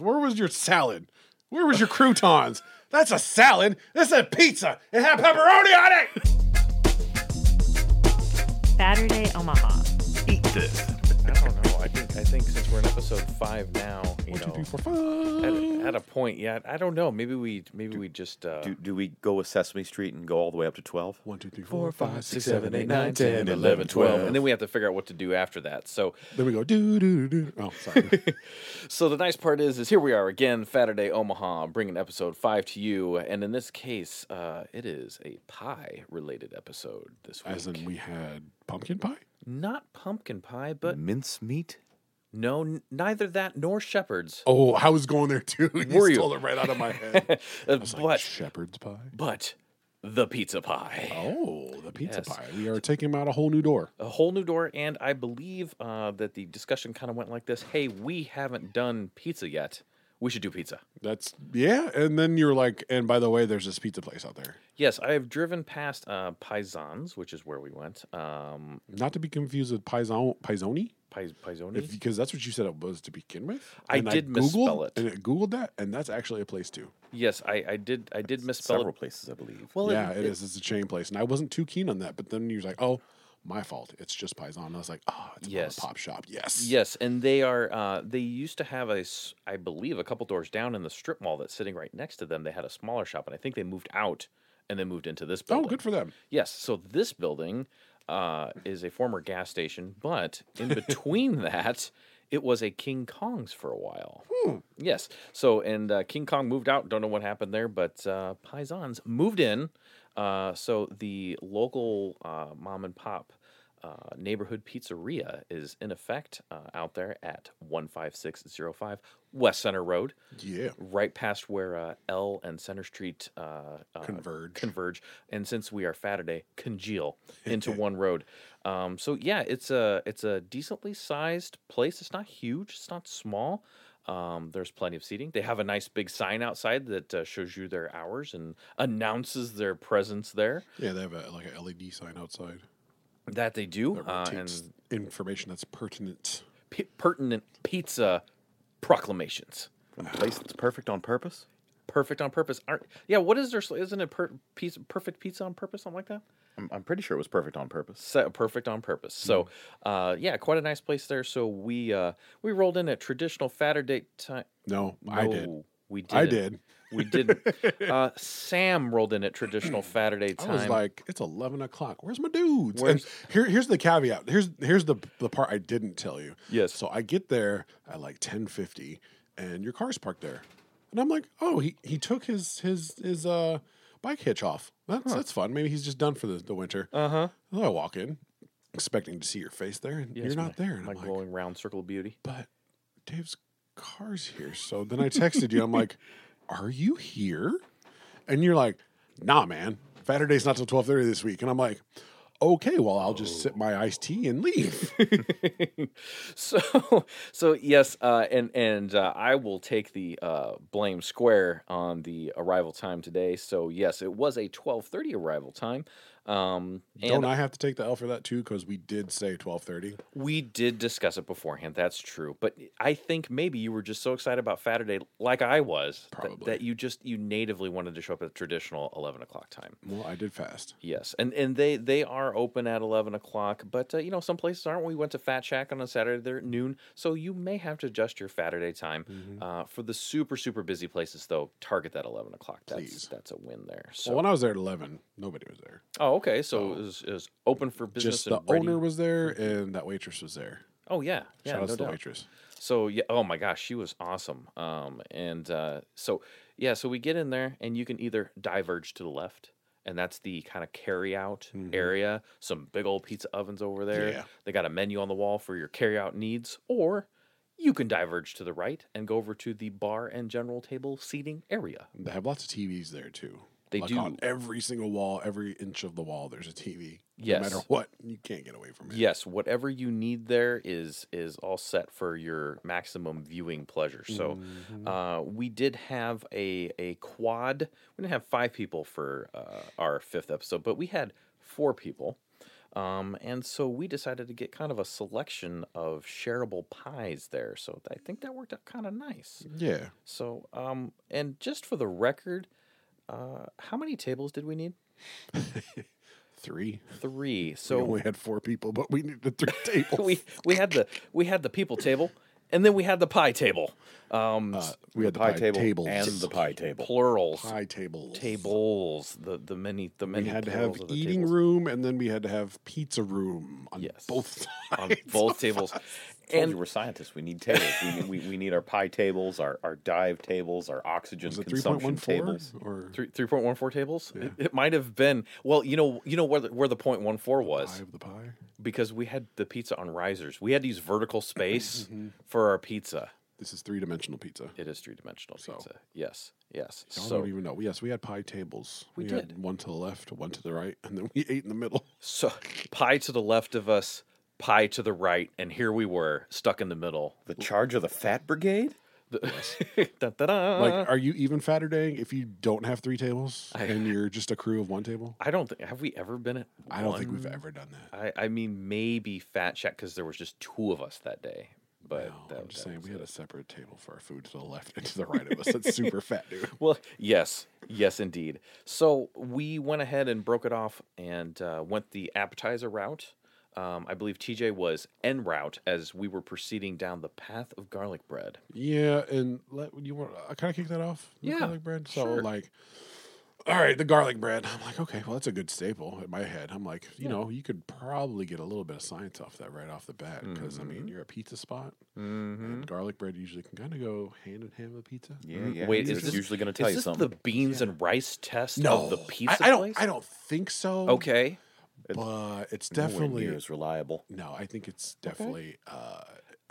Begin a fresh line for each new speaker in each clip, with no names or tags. Where was your salad? Where was your croutons? That's a salad. This is a pizza. It had pepperoni on it.
Saturday, Omaha.
Eat this.
I don't know. I think I think since we're in episode five now, you
One, two,
know,
three, four, five.
at, at a point, yeah, I don't know. Maybe we maybe we just uh,
Do, do we go with Sesame Street and go all the way up to 12?
One, two, three, four, five, six, seven.
eight, nine, 10, 11, 12. and then we have to figure out what to do after that. So
There we go. Do, do, do. Oh, sorry.
So the nice part is, is here we are again, Saturday, Omaha, bringing episode five to you, and in this case, uh, it is a pie-related episode this week.
As in, we had pumpkin pie.
Not pumpkin pie, but
Mincemeat?
no, n- neither that nor shepherd's.
Oh, I was going there too. You
Were you?
stole it right out of my head.
Uh,
It's
but
like shepherd's pie.
but the pizza pie,
Oh, the pizza
Yes.
pie. We are taking out a whole new door.
a whole new door, and I believe uh, that the discussion kind of went like this: Hey, we haven't done pizza yet. We should do pizza.
That's yeah. And then you're like, and by the way, there's this pizza place out there.
Yes, I have driven past uh, Paisans, which is where we went. Um,
Not to be confused with Paisan Paisoni,
Pais- Paisoni.
if, because that's what you said it was to begin with.
I did misspell
Googled-
it.
and it googled that, and that's actually a place too.
Yes, I, I did. I did misspell
Several
it.
places, I believe.
Well,
yeah, it is. It's a chain place, and I wasn't too keen on that. But then you're like, oh, my fault. It's just Paisan. And I was like, oh, it's
Yes.
a pop shop. Yes,
Yes, and they are. Uh, they used to have a, s- I believe, a couple doors down in the strip mall that's sitting right next to them. They had a smaller shop, and I think they moved out and then moved into this
Oh,
building.
good for them.
Yes, so this building uh, is a former gas station, but in between that, it was a King Kong's for a while. Yes, so and uh, King Kong moved out. Don't know what happened there, but uh, Paisans moved in. Uh, so the local uh, mom and pop. Uh, neighborhood pizzeria is in effect uh, out there at 15605 West Center Road
Yeah,
right past where uh, L and Center Street uh, uh,
Converge.
converge, and since we are Saturday, congeal into one road. Um, so yeah, it's a it's a decently sized place. It's not huge. It's not small. Um, there's plenty of seating. They have a nice big sign outside that uh, shows you their hours and announces their presence there.
yeah. They have a, like a LED sign outside
That they do,
that
uh,
rotates
and
information that's pertinent.
p- pertinent pizza proclamations.
A place that's perfect on purpose?
Perfect on purpose. Aren't, yeah, what is there? Isn't it per, piece, perfect pizza on purpose? Something like that.
I'm, I'm pretty sure it was perfect on purpose. Hmm.
set perfect on purpose. So, uh, yeah, quite a nice place there. So we uh, we rolled in at traditional Saturday time.
No, I did.
We did.
I did.
We did. uh, Sam rolled in at traditional Saturday time.
I was like, it's eleven o'clock. Where's my dudes?
Where's-
And here, here's the caveat. Here's here's the the part I didn't tell you.
Yes.
So I get there at like ten fifty, and your car's parked there, and I'm like, oh, he he took his his his uh bike hitch off. That's that's fun. Maybe he's just done for the, the winter.
uh huh.
So I walk in, expecting to see your face there, and you're not there. And
My
I'm like,
glowing round circle of beauty.
but Dave's car's here. So then I texted you. I'm like, are you here? And you're like, nah, man. Saturday's not till 12:30 this week. And I'm like, okay, well, I'll just
Oh.
sip my iced tea and leave.
so so yes uh, and and uh, i will take the uh, blame square on the arrival time today so yes it was a 12.30 arrival time um, and
Don't I have to take the L for that too? Because we did say 12:30.
We did discuss it beforehand. That's true. But I think maybe you were just so excited about Saturday, like I was, that-
Probably.
That, you just you natively wanted to show up at traditional eleven o'clock time.
Well, I did fast.
Yes, and and they they are open at eleven o'clock, but uh, you know some places aren't. We went to Fat Shack on a Saturday there at noon, so you may have to adjust your Saturday time. Uh, for the super super busy places, though, target that eleven o'clock. That's
Please.
that's a win there. So
Well, when I was there at 11, nobody was there.
oh okay, so it, was, it was open for business.
Just the
and ready-
owner was there, and that waitress was there.
Oh yeah, Mm-hmm. yeah,
Shout out
no
to the
doubt.
waitress.
So yeah, oh my gosh, she was awesome. Um, and uh, so yeah, so we get in there, and you can either diverge to the left, and that's the kind of carry out area. Some big old pizza ovens over there.
Yeah.
They got a menu on the wall for your carry out needs, or you can diverge to the right and go over to the bar and general table seating area.
They have lots of TVs there too.
They
like
do.
on every single wall, every inch of the wall. There's a TV.
Yes.
No matter what, you can't get away from it.
Yes, whatever you need there is is all set for your maximum viewing pleasure. So, uh, we did have a a quad. We didn't have five people for uh, our fifth episode, but we had four people. Um, and so we decided to get kind of a selection of shareable pies there. So I think that worked out kind of nice.
Yeah.
So, um, and just for the record, uh, how many tables did we need?
Three.
Three.
We
So
only had four people, but we needed three tables.
we we had the we had the people table, and then we had the pie table. Um,
Uh, we had the
pie
pie,
table
tables
and the pie table.
plurals,
pie tables.
tables. The the many the
We
many.
had to
plurals
have
of the
eating
tables.
room, and then we had to have pizza room on
Yes.
both
on
sides.
both tables.
And
And
we're scientists. We need tables. we, need, we, we need our pie tables, our, our dive tables, our oxygen
Was it three point
consumption
one four
tables.
or
three three point one four tables. It, it might have been. Well, you know, you know where the, where the point one four
pie
was
of the pie?
because we had the pizza on risers. We had to use vertical space
Mm-hmm.
for our pizza.
This is three dimensional pizza.
It is three dimensional
So.
pizza. Yes, yes.
I
So
don't even know. Yes, we had pie tables.
We
had
did.
one to the left, one to the right, and then we ate in the middle.
so pie to the left of us, pie to the right, and here we were stuck in the middle.
The charge of the fat brigade?
The- Dun-dun-dun.
like, uh, are you even fatter dang if you don't have three tables and you're just a crew of one table?
I don't think have we ever been at.
I don't think we've
one?
ever done that.
I, I mean, maybe Fat Shack because there was just two of us that day. But
No,
that,
I'm just
that
saying
was
we
it.
had a separate table for our food to the left and to the right of us. That's super fat, dude.
Well, yes, yes, indeed. So we went ahead and broke it off and uh, went the appetizer route. Um, I believe TJ was en route as we were proceeding down the path of garlic bread.
Yeah, and let you want uh, I kind of kick that off. the
Yeah,
garlic bread. So
sure.
like, all right, the garlic bread. I'm like, okay, well that's a good staple in my head. I'm like, you know, you could probably get a little bit of science off that right off the bat because I
Mm-hmm.
mean, you're a pizza spot,
Mm-hmm.
and garlic bread usually can kind of go hand in hand with pizza.
Yeah, yeah.
Wait,
Mm-hmm. it's
is this
usually going
is
to tell you
this
something.
the beans and rice test
No,
of the pizza
I, I don't.
place?
I don't think so.
Okay,
but it's
Nowhere
definitely
near as reliable.
no. I think it's definitely uh,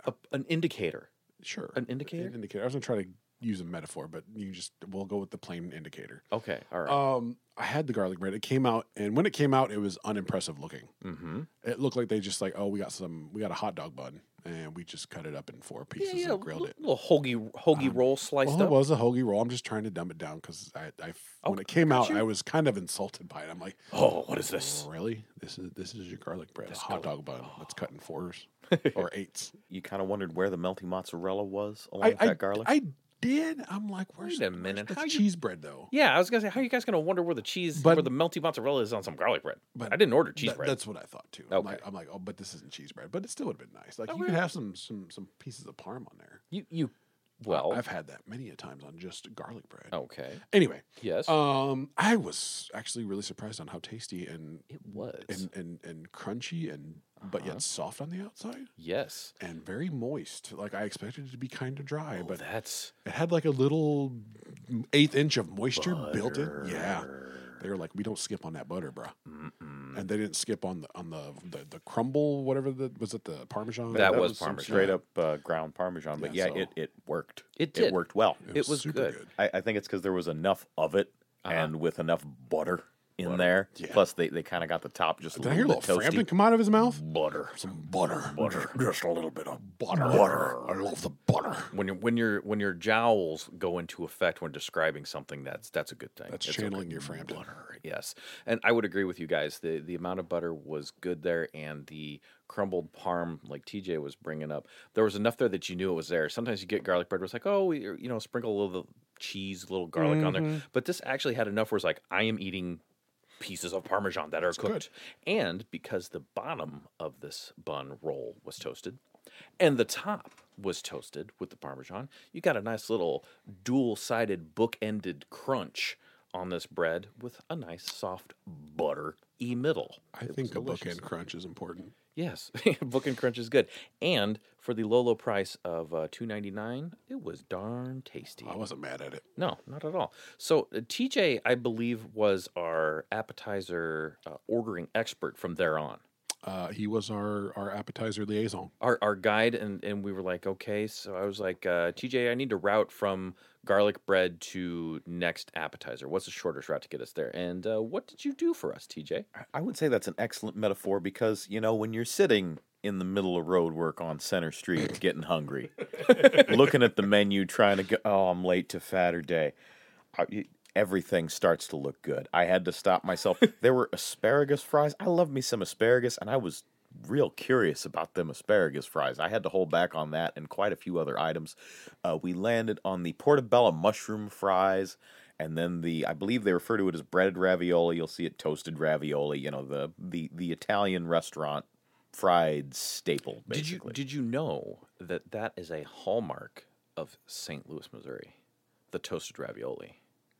A, an indicator.
sure
An indicator?
An indicator. I was gonna try to use a metaphor, but you just we'll go with the plain indicator.
Okay, all
Uh,
right.
Um, I had the garlic bread. It came out, and when it came out, it was unimpressive looking.
mm-hmm.
It looked like they just like, oh, we got some, we got a hot dog bun, and we just cut it up in four
Yeah,
pieces
yeah.
and grilled
Little,
it.
little hoagie, hoagie
Um,
roll sliced
Well, it
up.
was a hoagie roll. I'm just trying to dumb it down because I, I f-
Oh,
when it came
look at
out,
you.
I was kind of insulted by it. I'm like,
Oh, what is this?
really? This is this is your garlic bread, a
This
hot
garlic-
dog bun that's cut in fours or eights.
You kind of wondered where the melty mozzarella was along
I,
with
I,
that garlic.
I did. I'm like, where's
Wait a minute.
That's
How you?
cheese bread though.
Yeah, I was gonna say, how are you guys gonna wonder where the cheese,
But-
where the melty mozzarella is on some garlic bread?
But
I didn't order cheese
That-
bread.
That's what I thought too. I'm,
Okay.
like, I'm like, oh, but this isn't cheese bread, but it still would have been nice. Like
Oh,
you could
yeah.
have some some some pieces of parm on there.
You you well
I've had that many a times on just garlic bread.
okay
Anyway,
yes
um, I was actually really surprised on how tasty and
it was
and and, and crunchy and but
Uh-huh.
yet soft on the outside
yes
and very moist. Like I expected it to be kind of dry,
Oh,
but
that's
it had like a little eighth inch of moisture built in. Yeah.
Butter.
They were like, we don't skip on that butter, bruh.
Mm-mm.
and they didn't skip on the on the the, the crumble whatever the was it the parmesan
That was
some
Parmesan.
Straight up uh, ground Parmesan. But
Yeah,
yeah,
so-
it, it worked.
It did.
It worked well.
It was good.
I, I think it's because there was enough of it
Uh-huh.
and with enough butter in there.
Yeah.
Plus, they, they kind of got the top just a
did i hear a
little
little
bit toasty.
frampton come out of his mouth
Butter.
some butter
Butter.
just a little bit of butter butter i love the butter
when your when your when your jowls go into effect when describing something that's that's a good thing
that's
It's okay.
channeling your frampton
butter yes and i would agree with you guys the the amount of butter was good there and the crumbled parm like tj was bringing up there was enough there that you knew it was there sometimes you get garlic bread where it's like oh we- you know sprinkle a little cheese a little garlic on
Mm-hmm.
there but this actually had enough where it's like i am eating pieces of parmesan that are cooked and because the bottom of this bun roll was toasted and the top was toasted with the parmesan you got a nice little dual-sided book-ended crunch on this bread with a nice soft butter e middle
i think a bookend crunch is important
yes book and crunch is good and for the low low price of uh, 2.99 it was darn tasty
i wasn't mad at it
no, not at all. So uh, TJ, I believe, was our appetizer uh, ordering expert from there on.
uh, he was our our appetizer liaison
Our, our guide and, and we were like okay so i was like uh, tj i need to route from garlic bread to next appetizer what's the shortest route to get us there and uh, what did you do for us tj
I- I would say that's an excellent metaphor because, you know, when you're sitting in the middle of road work on Center Street getting hungry, looking at the menu, trying to go, oh, I'm late to fatter day. I, everything starts to look good. I had to stop myself. there were asparagus fries. I love me some asparagus, and I was real curious about them asparagus fries. I had to hold back on that and quite a few other items. Uh, we landed on the portobello mushroom fries. And then the, I believe they refer to it as breaded ravioli. You'll see it toasted ravioli. You know the the the Italian restaurant fried staple. Basically.
Did you did you know that that is a hallmark of St. Louis, Missouri, the toasted ravioli?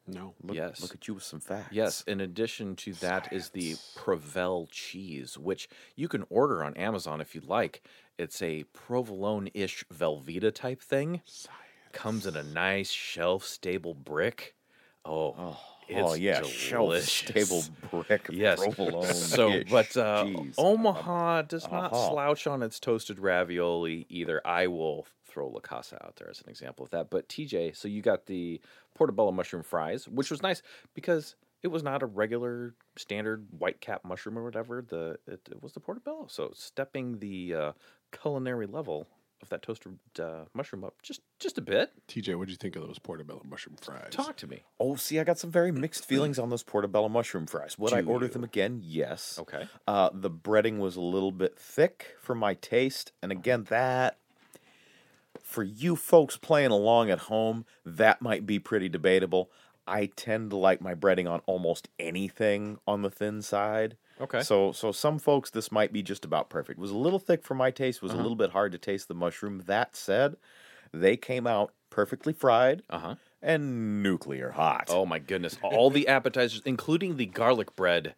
No.
Look,
Yes.
Look at you with some facts.
Yes. In addition to that is the Prevel cheese, which you can order on Amazon if you'd like. It's a provolone-ish Velveeta type thing. Comes in a nice shelf-stable brick. Oh, it's
oh yeah, shelf stable
delicious.
brick.
Yes.
provolone.
So, but uh, Omaha does not
Um, uh-huh.
slouch on its toasted ravioli either. I will throw La Casa out there as an example of that. But TJ, so you got the portobello mushroom fries, which was nice because it was not a regular standard white cap mushroom or whatever. The it, it was the portobello. So stepping the uh, culinary level of that toasted uh, mushroom up just just a bit.
TJ, what'd you think of those portobello mushroom fries?
Talk to me.
oh, see, I got some very mixed feelings on those portobello mushroom fries. Would I
Do
order
you?
them again? Yes.
Okay.
Uh, the breading was a little bit thick for my taste, and
Uh-huh.
again, that for you folks playing along at home, that might be pretty debatable. I tend to like my breading on almost anything on the thin side.
Okay.
So so some folks this might be just about perfect. Was a little thick for my taste, was a
Uh-huh.
little bit hard to taste the mushroom. That said, they came out perfectly fried
Uh huh.
and nuclear hot.
Oh my goodness! All the appetizers, including the garlic bread,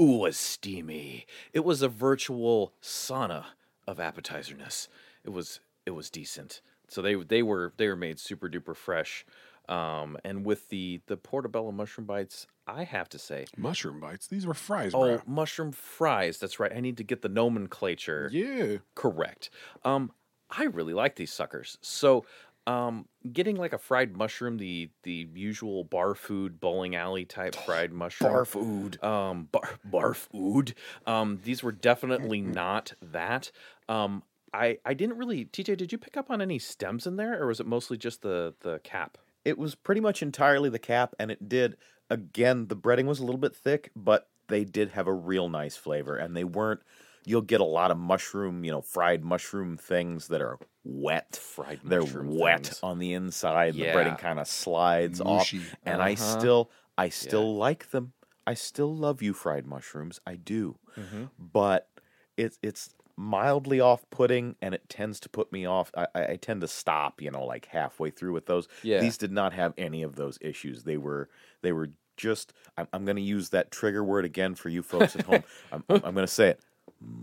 ooh, was steamy. It was a virtual sauna of appetizerness. It was it was decent. So they they were they were made super duper fresh. Um, and with the the portobello mushroom bites, I have to say,
Mushroom bites. These were fries,
oh,
bro.
mushroom fries. That's right. I need to get the nomenclature
Yeah.
correct. Um, I really like these suckers. So, um, getting like a fried mushroom, the the usual bar food bowling alley type fried mushroom.
Bar food.
Um, bar bar food. Um, these were definitely not that. Um, I I didn't really. TJ, did you pick up on any stems in there, or was it mostly just the the cap?
It was pretty much entirely the cap, and it did. Again, the breading was a little bit thick, but they did have a real nice flavor, and they weren't. You'll get a lot of mushroom, you know, fried mushroom things that are wet.
Fried
They're
mushroom
wet
things.
on the inside.
Yeah.
The breading kind of slides
Mushy.
off, and I
Uh-huh.
still, I still like them. I still love you fried mushrooms. I do, but it's it's mildly off-putting, and it tends to put me off. I, I I tend to stop, you know, like halfway through with those.
Yeah.
These did not have any of those issues. They were they were just. I'm, I'm going to use that trigger word again for you folks at home. I'm, I'm, I'm going to say it.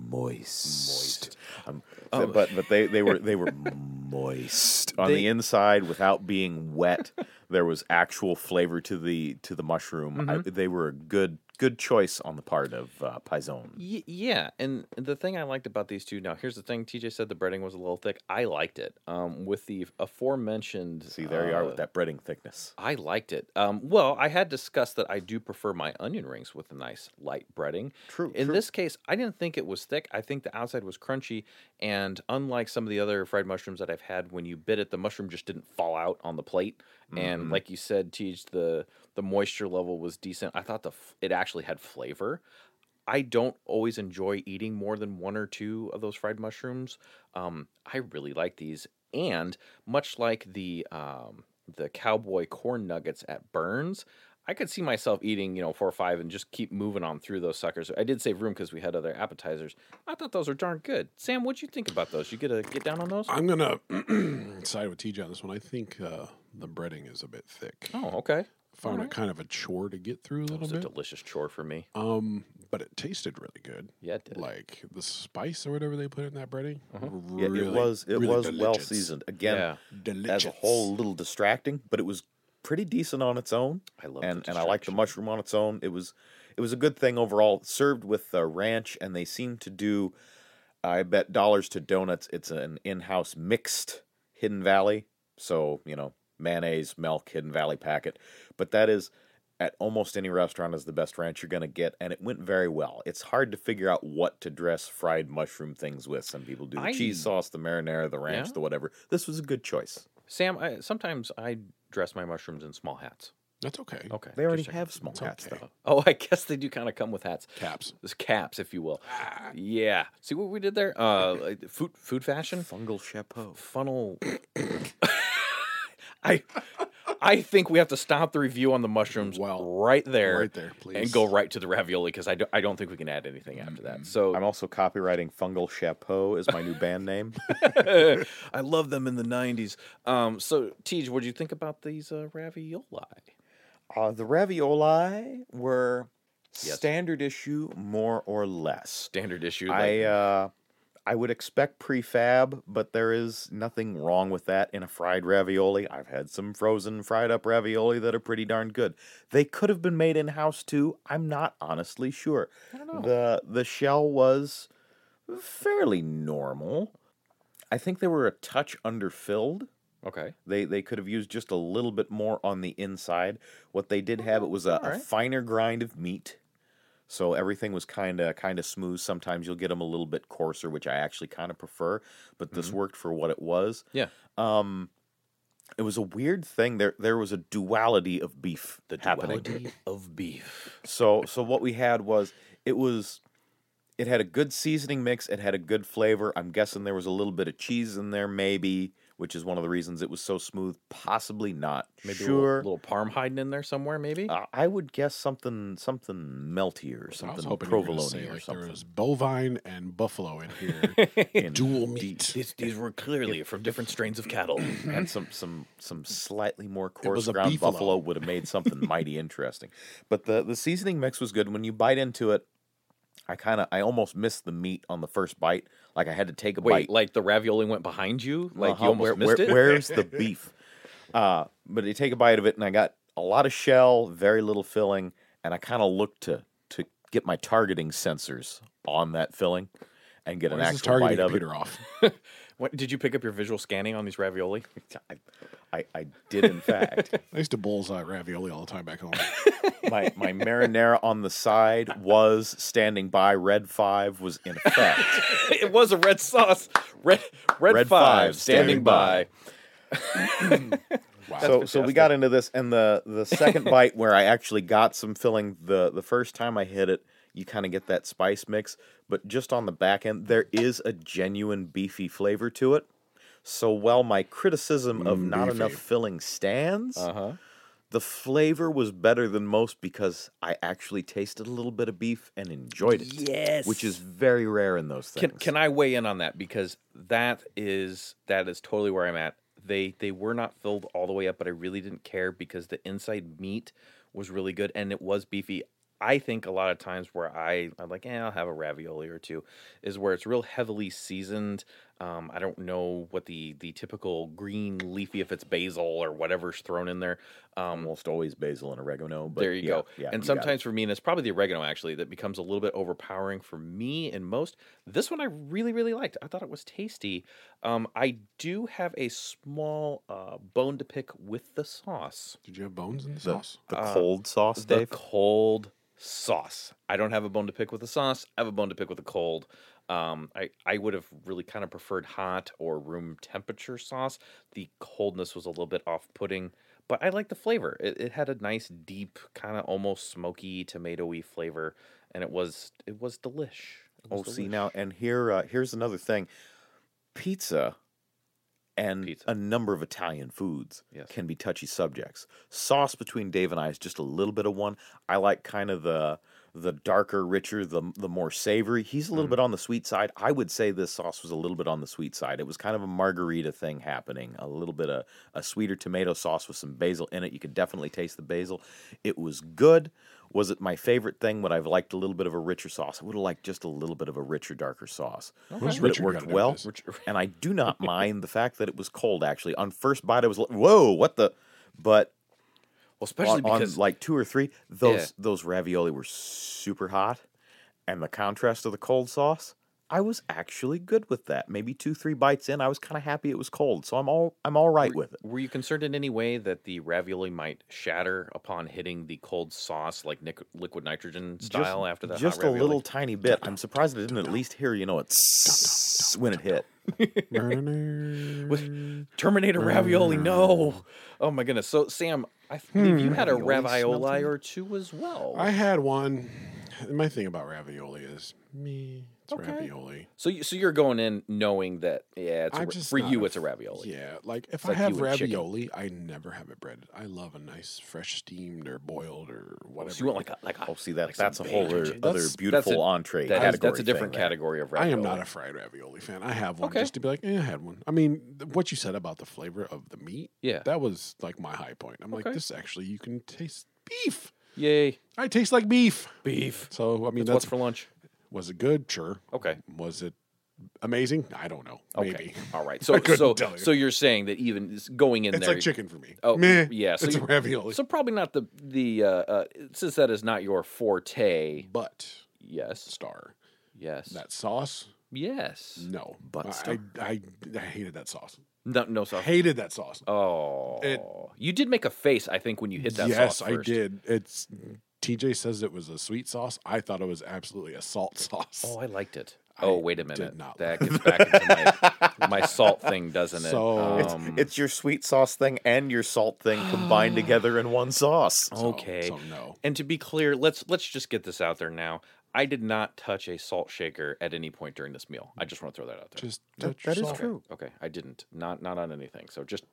Moist. Moist. Um, th- But but they they were they were moist on the
Oh. They-
inside without being wet. there was actual flavor to the to the mushroom. I,
Mm-hmm.
they were a good good choice on the part of uh, Pizone.
Y- yeah, and the thing I liked about these two. Now, here's the thing: TJ said the breading was a little thick. I liked it. Um, with the aforementioned.
See, there you are
uh,
with that breading thickness.
I liked it. Um, well, I had discussed that I do prefer my onion rings with a nice light breading.
True,
In
true.
this case, I didn't think it was thick. I think the outside was crunchy, and unlike some of the other fried mushrooms that I've had, when you bit it, the mushroom just didn't fall out on the plate.
Mm-hmm.
And like you said, Tej, the the moisture level was decent. I thought the f- it actually had flavor. I don't always enjoy eating more than one or two of those fried mushrooms. Um, I really like these, and much like the um, the cowboy corn nuggets at Burns, I could see myself eating you know four or five and just keep moving on through those suckers. I did save room because we had other appetizers. I thought those were darn good. Sam, what'd you think about those? You get to get down on those?
I'm gonna side with TJ on this one. I think uh, the breading is a bit thick.
Oh, okay.
Found it kind of a chore to get through a
It
little
was a
bit.
delicious chore for me.
Um, but it tasted really good.
Yeah, it Uh-huh. did.
Like the spice or whatever they put in that breading.
Yeah,
Really,
it was it
really
was well
delicious.
seasoned. Again,
Yeah.
Delicious.
as a whole, a little distracting, but it was pretty decent on its own.
I love the
and and I like the
distraction.
mushroom on its own. It was it was a good thing overall. Served with uh, ranch, and they seem to do. I bet dollars to donuts. It's an in-house mixed Hidden Valley, so you know mayonnaise, milk, Hidden Valley packet. But that is at almost any restaurant is the best ranch you're going to get, and it went very well. It's hard to figure out what to dress fried mushroom things with. Some people do the
I-
cheese sauce, the marinara, the ranch,
Yeah.
the whatever. This was a good choice.
Sam, I, sometimes I dress my mushrooms in small hats.
That's okay.
Okay.
They
just
already
checking.
have small cat
okay.
stuff.
Oh, I guess they do kind of come with hats.
Caps.
There's caps, if you will. Yeah. See what we did there? Uh, like food, food fashion,
Fungal chapeau.
funnel. I, I think we have to stop the review on the mushrooms
Well,
right there,
right there, please.
and go right to the ravioli because I, do, I don't think we can add anything after that. So
I'm also copywriting Fungal Chapeau as my new band name.
I love them in the '90s. Um, so Tej, what do you think about these uh, ravioli?
Uh, the ravioli were
Yes.
standard issue, more or less.
Standard issue.
I
like-
uh, I would expect prefab, but there is nothing wrong with that in a fried ravioli. I've had some frozen fried up ravioli that are pretty darn good. They could have been made in house too. I'm not honestly sure. I don't know. The the shell was fairly normal. I think they were a touch underfilled.
okay.
They they could have used just a little bit more on the inside. What they did have it was a, a
alright.
finer grind of meat, so everything was kind of kind of smooth. Sometimes you'll get them a little bit coarser, which I actually kind of prefer. But this worked for what it was.
Yeah.
Um, it was a weird thing. There there was a duality of beef
The
happening.
duality of beef.
So so what we had was it was it had a good seasoning mix, it had a good flavor. I'm guessing there was a little bit of cheese in there maybe, which is one of the reasons it was so smooth, possibly not.
Maybe a little,
sure.
little parm hiding in there somewhere. Maybe.
Uh, I would guess something something melty or
I was
something
hoping you were gonna
provolone
say,
or
like, there
something.
was bovine and buffalo in here.
in-
Dual meat.
These, these were clearly from different strains of cattle.
and some some some slightly more
was
coarse
a
ground
beefalo.
buffalo would have made something mighty interesting. But the the seasoning mix was good. When you bite into it, I kind of I almost missed the meat on the first bite. Like I had to take a
Wait,
bite.
like the ravioli went behind you? Like
Uh-huh,
you almost
where-
missed
where-
it?
Where's the beef? Uh, but I take a bite of it, and I got a lot of shell, very little filling, and I kind of look to to get my targeting sensors on that filling and get
Why
an
is this
actual
targeting
bite of
computer off?
What, did you pick up your visual scanning on these ravioli?
it. I, I, I did, in fact.
I used to bullseye ravioli all the time back home.
my my marinara on the side was standing by. Red five was in effect.
it was a red sauce. Red red,
Red
five,
five,
standing
standing
by.
Wow.
so so we got into this and the the second bite where I actually got some filling the the first time I hit it you kind of get that spice mix but just on the back end there is a genuine beefy flavor to it so while my criticism of not
beefy.
enough filling stands
Mm, Uh-huh.
the flavor was better than most because I actually tasted a little bit of beef and enjoyed it
Yes.
which is very rare in those
Can
things
can I weigh in on that because that is that is totally where I'm at. They they were not filled all the way up, but I really didn't care because the inside meat was really good and it was beefy. I think a lot of times where I I'm like, eh, I'll have a ravioli or two, is where it's real heavily seasoned. Um, I don't know what the the typical green leafy if it's basil or whatever's thrown in there. Um,
almost always basil and oregano but
there you
yeah,
go. and
yeah, you got it.
sometimes for me, and it's probably the oregano actually that becomes a little bit overpowering for me and most. This one I really, really liked. I thought it was tasty. Um, I do have a small uh, bone to pick with the sauce.
Did you have bones in the
the,
sauce?
the cold sauce
uh, The
Dave
cold sauce. I don't have a bone to pick with the sauce. I have a bone to pick with the cold. Um, I, I would have really kind of preferred hot or room temperature sauce. The coldness was a little bit off putting, but I like the flavor. It, it had a nice, deep, kind of almost smoky, tomatoey flavor, and it was it was delish. It
Oh,
was
see
delish.
now, and here, uh, here's another thing: pizza and
Pizza.
a number of Italian foods
Yes.
can be touchy subjects. Sauce between Dave and I is just a little bit of one. I like kind of the the darker, richer, the the more savory. He's a little bit on the sweet side. I would say this sauce was a little bit on the sweet side. It was kind of a margarita thing happening. A little bit of a sweeter tomato sauce with some basil in it. You could definitely taste the basil. It was good. Was it my favorite thing? Would I've liked a little bit of a richer sauce? I would have liked just a little bit of a richer, darker sauce.
does
But it
Richard
worked
gotta do
well,
with
and I do not mind the fact that it was cold. Actually, on first bite, I was like, "Whoa, what the?" But
well, especially
on, on,
because
like two or three, those those ravioli were super hot, and the contrast of the cold sauce, I was actually good with that. Maybe two, three bites in, I was kind of happy it was cold, so I'm all I'm all right with it.
Were you concerned in any way that the ravioli might shatter upon hitting the cold sauce, like nic- liquid nitrogen style, after the
Just
hot
a
ravioli?
little tiny bit. I'm surprised it didn't at least hear you know it s- when it hit.
Terminator ravioli? Oh, No. Oh my goodness. So Sam, I believe
Hmm,
you had a ravioli or two as well.
I had one. My thing about ravioli is me. It's ravioli.
so you, so you're going in knowing that yeah, it's a
I'm
ra-
just
for
not
you
a
it's a ravioli.
Yeah, like if I
like
have
you and chicken.
ravioli, I never have it breaded. I love a nice fresh steamed or boiled or whatever.
So you want like a, like a,
Oh, see that that's a whole other,
That's-
other
that's
beautiful
a-
entree.
that is, that's
category
a different
thing there.
category of
I
ravioli.
am not a fried ravioli fan. I have one
Okay.
just to be like, eh, I had one. I mean, th- what you said about the flavor of the meat,
Yeah.
that was like my high point. I'm
Okay.
like, this actually, you can taste beef.
Yay.
I taste like beef.
Beef.
So I mean,
That's
that's,
what's for lunch.
was it good? Sure.
Okay.
Was it amazing? I don't know.
Okay.
Maybe
All right. So
couldn't
so
tell you.
so you're saying that even s- going in
it's
there
like chicken for me.
Oh,
Meh.
yeah, so
it's
you-
a ravioli.
So probably not the the uh, uh, since that is not your forte.
but
Yes.
star
Yes.
that sauce.
yes.
No,
But
I-
star.
I, I, I hated that sauce.
No. No sauce.
Hated that sauce.
oh.
It-
you did make a face. I think when you hit that
yes,
sauce.
I
first.
did. It's TJ says it was a sweet sauce. I thought it was absolutely a salt sauce.
Oh, I liked it.
I
Oh, wait a
did
minute.
not
that gets back into my, my salt thing, doesn't it?
So- It's-
Um,
It's your sweet sauce thing and your salt thing combined together in one sauce.
So-
okay.
So no.
And to be clear, let's let's just get this out there now. I did not touch a salt shaker at any point during this meal. I just want to throw that out there.
Just
That-
touch your
that is
salt.
true.
okay, I didn't. Not not on anything. So just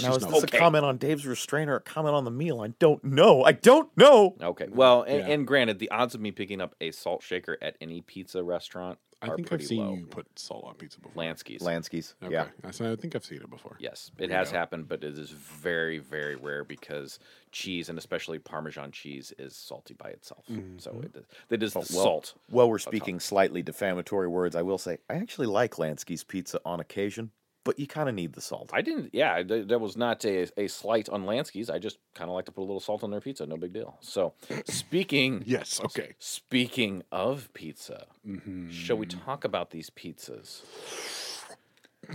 Now, is
not
this
okay.
a comment on Dave's restraint or a comment on the meal? I don't know. I don't know.
Okay. Well, and,
Yeah.
and granted, the odds of me picking up a salt shaker at any pizza restaurant
I
are
think I've
pretty
seen
low.
you put salt on pizza before.
Lansky's.
Lansky's.
Okay.
Yeah.
I, said, I think I've seen it before.
Yes, it
you
has
go.
happened, but it is very, very rare because cheese and especially Parmesan cheese is salty by itself.
Mm-hmm,
So it is, it is the
well-
salt.
Well, we're speaking slightly defamatory words. I will say I actually like Lansky's pizza on occasion, but you kind of need the salt.
I didn't. Yeah, th- that was not a, a slight on Lansky's. I just kind of like to put a little salt on their pizza. No big deal. So speaking
Yes. Okay.
speaking of pizza,
Mm-hmm.
shall we talk about these pizzas?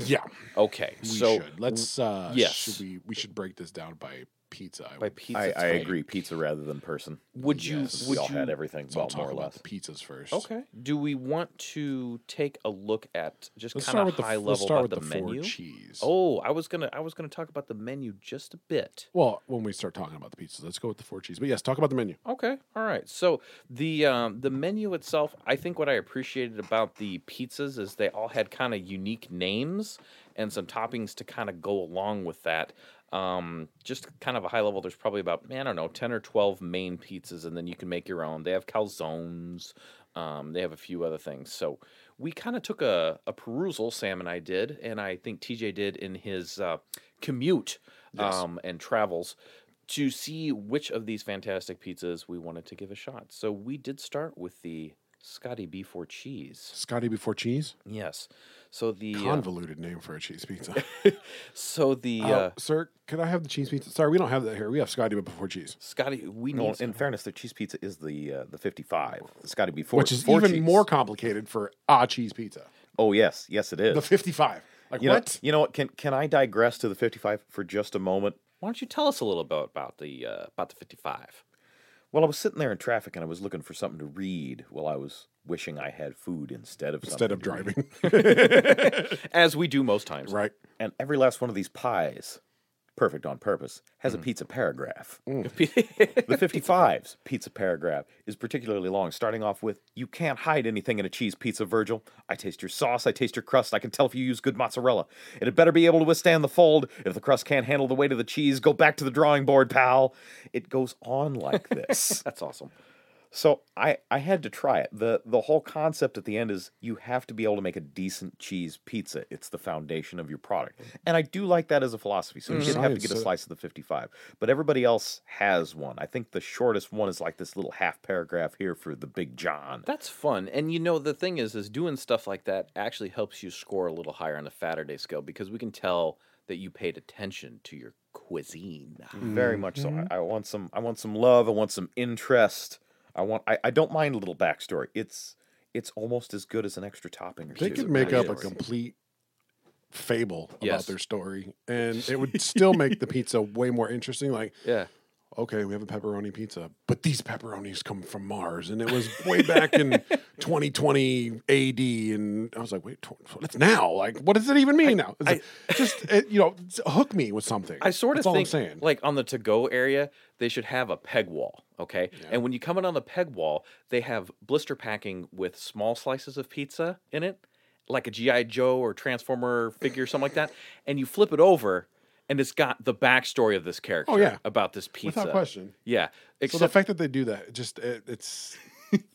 Yeah.
Okay,
We
so
should. Let's. Uh,
yes.
Should we? We should break this down by pizza. I
by
would-
pizza,
I, I
type,
agree. Pizza rather than person.
Would you?
Yes.
Would
we all
you?
had everything,
so I'll
well,
talk
more or
about
less.
the pizzas first.
Okay. Do we want to take a look at just
Let's
kind
start with
of
the.
high level
let's start
about
with
the,
the,
menu?
four cheese.
Oh, I was gonna I was gonna talk about the menu just a bit.
Well, when we start talking about the pizzas, let's go with the four cheese. But yes, talk about the menu.
Okay, all right. So the um, the menu itself, I think what I appreciated about the pizzas is they all had kind of unique names and some toppings to kind of go along with that. Um, just kind of a high level. There's probably about man, I don't know, ten or twelve main pizzas, and then you can make your own. They have calzones. Um, they have a few other things. So we kind of took a, a perusal. Sam and I did, and I think TJ did in his uh, commute um, and travels to see which of these fantastic pizzas we wanted to give a shot. So we did start with the Scotty B for cheese.
Scotty before cheese.
Yes. So the uh,
Convoluted name for a cheese pizza.
so the
Uh,
uh,
sir, can I have the cheese pizza? Sorry, we don't have that here. We have Scotty but before cheese,
Scotty we
No,
need
in fairness, the cheese pizza is the uh, the fifty five. It's got to be four,
which is
four
even
cheese.
more complicated for a cheese pizza.
Oh yes, yes it is.
The fifty-five. Like
you
what?
Know, you know what? Can can I digress to the fifty five for just a moment?
Why don't you tell us a little bit about the uh, about the 55?
Well, I was sitting there in traffic and I was looking for something to read while I was wishing I had food instead of
Instead
something
of
to read.
driving,
As we do most times.
right?
And every last one of these pies, perfect on purpose, has
Mm.
a pizza paragraph. The 55's pizza paragraph is particularly long, starting off with You can't hide anything in a cheese pizza, Virgil. I taste your sauce, I taste your crust, I can tell if you use good mozzarella. It had better be able to withstand the fold. If the crust can't handle the weight of the cheese, go back to the drawing board, pal. It goes on like this.
That's awesome.
So I I had to try it. the The whole concept at the end is you have to be able to make a decent cheese pizza. It's the foundation of your product, and I do like that as a philosophy. So you did have to
Science,
get a
uh,
slice of the fifty five, but everybody else has one. I think the shortest one is like this little half paragraph here for the Big John.
That's fun. And you know the thing is is doing stuff like that actually helps you score a little higher on the Saturday scale because we can tell that you paid attention to your cuisine.
Very much
Mm-hmm.
so. I, I want some. I want some love. I want some interest. I want. I, I don't mind a little backstory. It's it's almost as good as an extra topping or
They
two.
could make up a
Ridiculous.
complete fable
Yes.
about their story, and it would still make the pizza way more interesting. Like,
Yeah.
okay, we have a pepperoni pizza, but these pepperonis come from Mars, and it was way back in 2020 AD, and I was like, wait, tw- it's now. Like, what does it even mean now? It's
I-
like, just it, you know, s- hook me with something.
I sort of
That's all
think,
I'm saying.
like on the to-go area, they should have a peg wall. Okay, and when you come in on the peg wall, they have blister packing with small slices of pizza in it, like a GI Joe or Transformer figure, something like that. And you flip it over, and it's got the backstory of this character.
Oh, yeah.
about this pizza.
Without question.
Yeah,
So
except
the fact that they do that, it just it, it's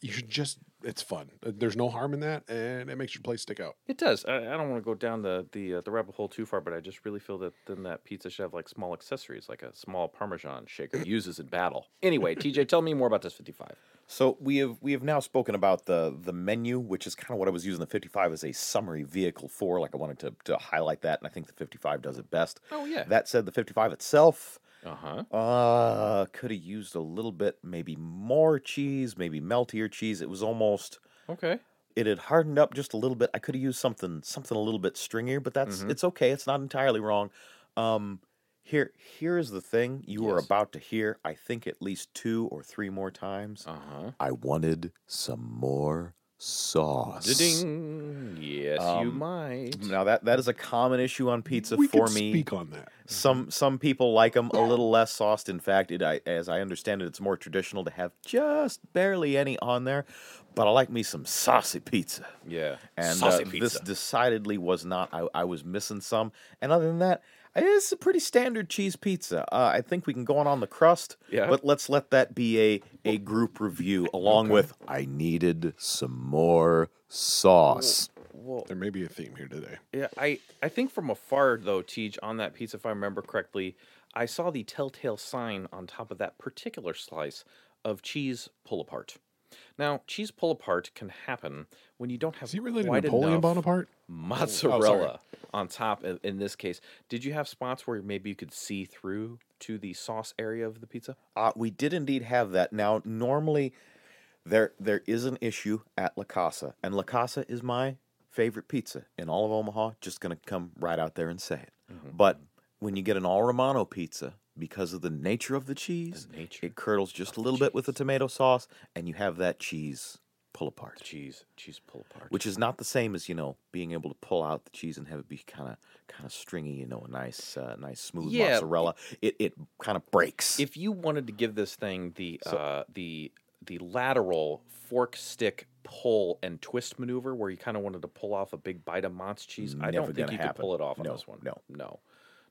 you should just it's fun. Uh, There's no harm in that, and it makes your place stick out.
it does. I, I don't want to go down the the uh, the rabbit hole too far, but I just really feel that then that pizza should have like small accessories, like a small Parmesan shaker uses in battle. Anyway, TJ, tell me more about this fifty-five.
So we have we have now spoken about the the menu, which is kind of what I was using the 55 as a summary vehicle for. Like I wanted to to highlight that, and I think the 55 does it best.
Oh, yeah.
That said, the 55 itself
Uh huh.
uh could have used a little bit, maybe more cheese, maybe meltier cheese. It was almost
Okay.
it had hardened up just a little bit. I could have used something something a little bit stringier, but that's it's okay. It's not entirely wrong. Um here here is the thing you are
Yes.
about to hear, I think at least two or three more times.
Uh huh.
I wanted some more sauce.
Ding. Yes, you
Um,
might.
Now that that is a common issue on pizza
we
for
could
me.
speak on that.
Some some people like them a little less sauced. In fact, it I, as I understand it, it's more traditional to have just barely any on there. But I like me some saucy pizza,
Yeah.
and uh,
Saucy
this
pizza.
decidedly was not. I, I was missing some, and other than that, it's a pretty standard cheese pizza. Uh, I think we can go on on the crust,
Yeah.
but let's let that be a a group review along with I needed some more sauce.
well,
There may be a theme here today.
yeah, I I think from afar though, Teach, on that piece, if I remember correctly, I saw the telltale sign on top of that particular slice of cheese pull apart. Now, cheese pull apart can happen when you don't have
Is he related to
quite
Napoleon
enough
Bonaparte?
Mm,
Oh,
mozzarella on top. In, in this case, did you have spots where maybe you could see through to the sauce area of the pizza?
Uh, we did indeed have that. Now, normally there there is an issue at La Casa, and La Casa is my favorite pizza in all of Omaha. Just gonna come right out there and say it.
Mm-hmm.
But when you get an all Romano pizza, because of the nature of the cheese,
nature
it curdles just a little bit with the tomato sauce, and you have that cheese pull apart,
Cheese, cheese pull apart.
which is not the same as you know being able to pull out the cheese and have it be kind of kind of stringy. You know, a nice uh, nice smooth
Yeah.
mozzarella. It it kind of breaks.
if you wanted to give this thing the uh, the the lateral fork stick pull and twist maneuver where you kind of wanted to pull off a big bite of mott's cheese, I
Never
don't think
gonna
you could
happen.
pull it off on
No,
this one.
no.
no,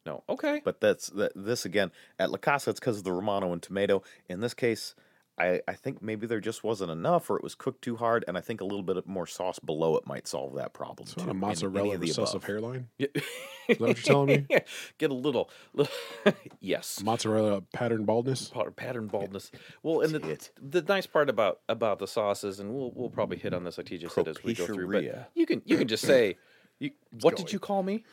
no. Okay,
But that's that, this again at La Casa. It's because of the Romano and tomato. In this case, I, I think maybe there just wasn't enough, or it was cooked too hard, and I think a little bit of more sauce below it might solve that problem.
It's not
too,
a
in any
mozzarella
of the
recessive
above.
hairline.
Yeah.
Is that what you're telling me?
get a little, little yes.
Mozzarella pattern baldness.
pa- pattern baldness. Well, and the,
it.
the nice part about about the sauces, and we'll we'll probably hit on this like TJ said as we go through.
Propitiaria.
But you can you can just say, you, what did
going.
you call me?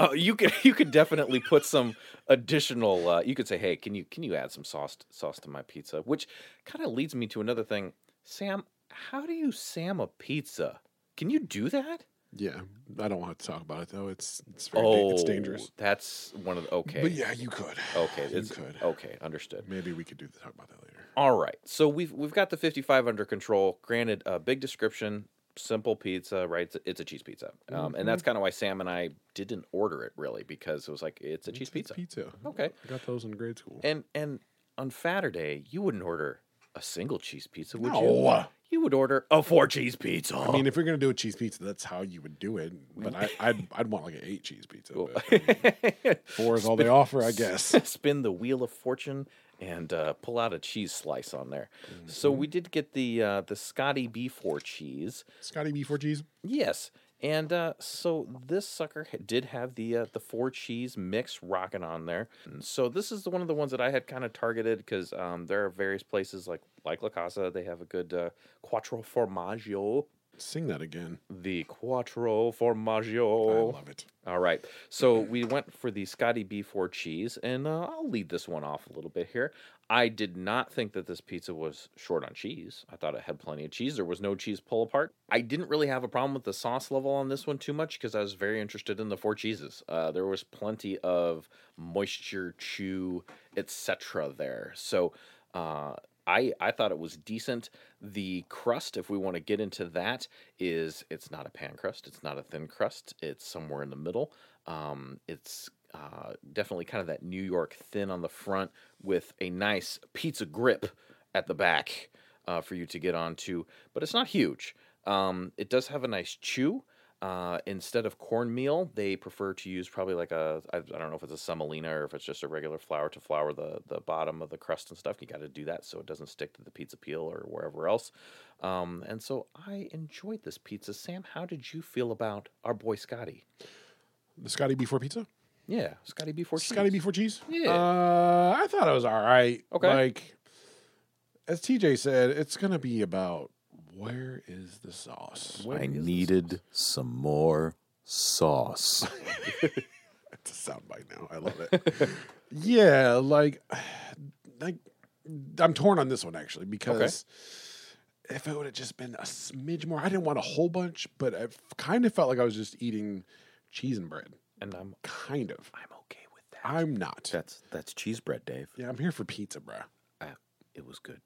Uh, you could you could definitely put some additional. Uh, you could say, hey, can you can you add some sauce sauce to my pizza? Which kind of leads me to another thing, Sam. How do you Sam a pizza? Can you do that?
Yeah, I don't want to talk about it though. It's it's very da- it's dangerous.
That's one of the Oh, okay.
But yeah, you could.
Okay, oh.
you
it's
could.
okay. Understood.
Maybe we could do talk about that later.
All right. So we've we've got the 55 under control. Granted, a big description, simple pizza, right? It's a, it's a cheese pizza. Um, and that's kind of why Sam and I didn't order it really because it was like it's a cheese pizza.
Pizza.
Okay.
I got those in grade school.
And and on Saturday, you wouldn't order a single cheese pizza, would you? Oh.
No.
You would order a four cheese pizza.
I mean, if you're gonna do a cheese pizza, that's how you would do it. But I, I'd I'd want like an eight cheese pizza. but, I mean, four is all they offer, I guess.
spin the wheel of fortune and uh, pull out a cheese slice on there.
Mm-hmm.
So we did get the uh, the Scotty B4 cheese.
Scotty B four cheese.
Yes, and uh, so this sucker ha- did have the uh, the four cheese mix rocking on there. And So this is the- one of the ones that I had kind of targeted because um, there are various places like like La Casa they have a good uh, quattro formaggio.
Sing that again.
The Quattro
I
Formaggio.
love it.
All right. So we went for the Scotty B4 cheese, and uh, I'll lead this one off a little bit here. I did not think that this pizza was short on cheese. I thought it had plenty of cheese. There was no cheese pull apart. I didn't really have a problem with the sauce level on this one too much because I was very interested in the four cheeses. Uh, there was plenty of moisture, chew, etc. there. So uh, I I thought it was decent. The crust, if we want to get into that, is it's not a pan crust, it's not a thin crust, it's somewhere in the middle. Um, it's uh, definitely kind of that New York thin on the front with a nice pizza grip at the back uh, for you to get onto, but it's not huge. Um, it does have a nice chew. Uh, instead of cornmeal, they prefer to use probably like a I, I don't know if it's a semolina or if it's just a regular flour to flour the the bottom of the crust and stuff. You got to do that so it doesn't stick to the pizza peel or wherever else. Um, and so I enjoyed this pizza. Sam, how did you feel about our boy Scotty?
The Scotty before pizza?
Yeah, Scotty before
Scotty before cheese?
Yeah.
Uh, I thought it was all right.
Okay.
Like, as TJ said, it's going to be about where is the sauce?
Where
I
is this?
needed some more sauce.
It's a soundbite now. I love it. yeah, like, like I'm torn on this one actually because if it would have just been a smidge more, I didn't want a whole bunch, but I kind of felt like I was just eating cheese and bread.
and I'm
Kind of.
I'm okay with that.
I'm not.
That's that's cheese bread, Dave.
Yeah, I'm here for pizza, bruh.
It was good.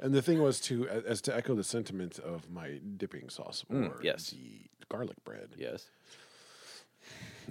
And the thing was to as to echo the sentiment of my dipping sauce or
Mm, yes.
the garlic bread.
Yes.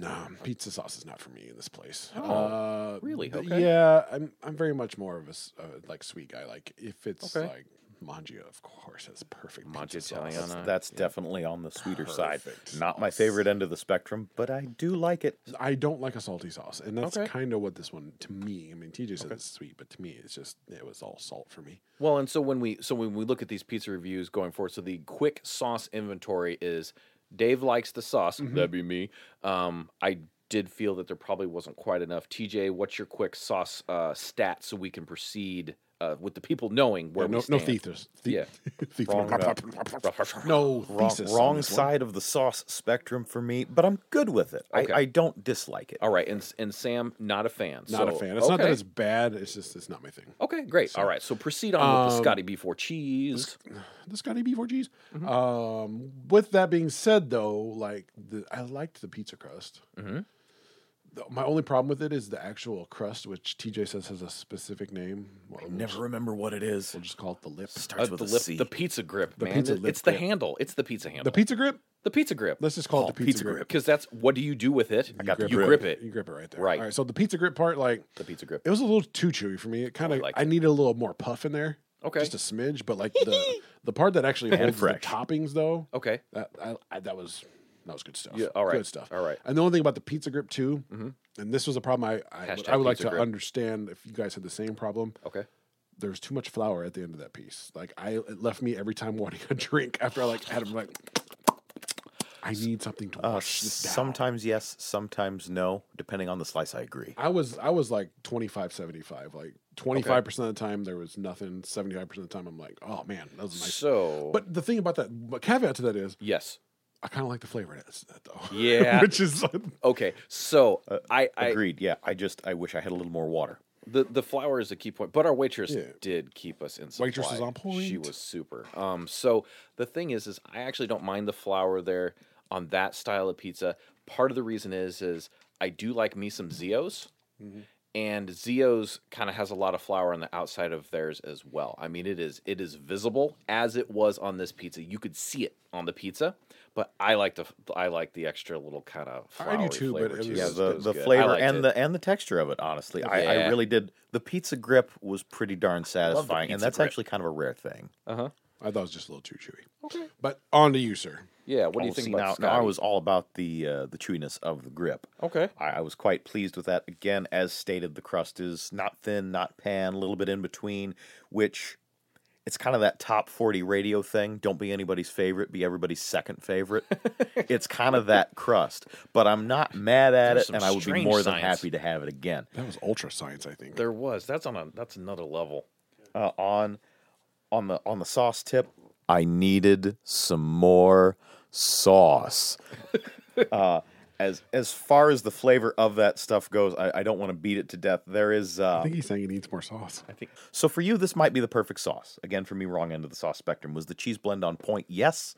No, pizza sauce is not for me in this place.
Oh,
uh,
really?
th-
Okay.
Yeah, I'm I'm very much more of a s- uh, like sweet guy. Like if it's
Okay.
like Mangia, of course, has perfect
Mangia
pizza sauce.
Italiana.
That's,
Rihanna,
that's definitely on the sweeter side.
Perfect
Not my
sauce.
favorite end of the spectrum, but I do like it.
I don't like a salty sauce, and that's
Okay.
kind of what this one to me. I mean, TJ said it's sweet, but to me, it's just it was all salt for me.
Well, and so when we so when we look at these pizza reviews going forward, so the quick sauce inventory is Dave likes the sauce.
Mm-hmm.
That'd be me. Um, I did feel that there probably wasn't quite enough. TJ, what's your quick sauce uh, stat so we can proceed uh, with the people knowing where
Yeah, no,
we
no
stand?
thesis. The-
Yeah.
thesis.
Wrong,
no
Wrong,
thesis. on
wrong
this one.
side of the sauce spectrum for me, but I'm good with it.
Okay.
I, I don't dislike it.
All right, and and Sam, not a fan.
Not
so-
a fan. It's not that
okay.
it's bad. It's just it's not my thing.
Okay, great. All right, so proceed on with the
Um,
Scotty before cheese.
the Scotty B4Gs.
Mm-hmm.
Um, with that being said, though, like the, I liked the pizza crust.
Mhm.
The- my only problem with it is the actual crust, which TJ says has a specific name. Well, we'll just-
remember what it is.
We'll just call it the lip.
Uh,
Starts
the,
with a
lip-
C.
the pizza grip, man.
pizza
It-
lip
it's the
grip.
handle. It's the pizza handle.
The pizza grip.
The pizza grip.
Let's just call it the pizza,
pizza
grip.
grip.
Because that's what do you do with it? I
got the
you
grip.
grip it.
You grip it right there.
Right.
All right. So the pizza grip part, like
The pizza grip.
it was a little too chewy for me. It kind of. I,
like
needed a little more puff in there.
Okay.
Just a smidge, but like the the part that actually holds the
fresh.
toppings though.
Okay.
That I, I, that was that was good stuff.
Yeah, all right,
Good stuff.
all right. Mm-hmm.
And the only thing about the pizza grip too, and this was a problem I I, would-
Hashtag
I would like
pizza
to
grip.
understand if you guys had the same problem.
Okay.
There was too much flour at the end of that piece. Like I it left me every time wanting a drink after I like had him like I need something to
Uh,
Oh,
wash this down.
sometimes yes, sometimes no, depending on the slice. I agree.
I was I was like 25 75. Like 25% of the time there was nothing, 75% of the time I'm like, "Oh man, that was a nice."
So,
But the thing about that but caveat to that is
yes.
I kind of like the flavor in it though.
Yeah.
Which is
Okay. So
Uh,
I, I
Agreed. Yeah, I just I wish I had a little more water.
the the flour is a key point, but our waitress
Yeah.
did keep us in supply.
Waitress is on
She
point.
was super. Um. So the thing is, is I actually don't mind the flour there on that style of pizza. Part of the reason is, is I do like me some Zios.
Mm-hmm.
and Zio's kind of has a lot of flour on the outside of theirs as well. I mean, it is it is visible as it was on this pizza. You could see it on the pizza, but I like the I like the extra little kind of
I
flour
do too, but
flavor
it
too.
was-
Yeah, the,
was
the
good. I
flavor
liked
and
it.
the and the texture of it. Honestly, I, I
Yeah.
really did. The pizza grip was pretty darn satisfying, and
pizza
that's
grip.
actually kind of a rare thing.
I thought it was just a little too chewy. Okay. But on to you, sir.
yeah. What do you
Oh,
think
see,
about
now, now I
Scotty? Oh.
was all about the uh, the chewiness of the grip.
okay.
I, I was quite pleased with that. Again, as stated, the crust is not thin, not pan, a little bit in between, which it's kind of that top 40 radio thing. Don't be anybody's favorite, be everybody's second favorite. it's kind of that crust, but I'm not mad at
There's
it,
some
and I would be
strange
more than
science.
happy to have it again.
That was ultra science, I think.
There was that's on a that's another level.
uh, on on the on the sauce tip. I needed some more sauce. uh, as as far as the flavor of that stuff goes, I, I don't want to beat it to death. There is uh,
I think he's saying he needs more sauce.
I think so. For you, this might be the perfect sauce. Again, for me, wrong end of the sauce spectrum. Was the cheese blend on point? Yes.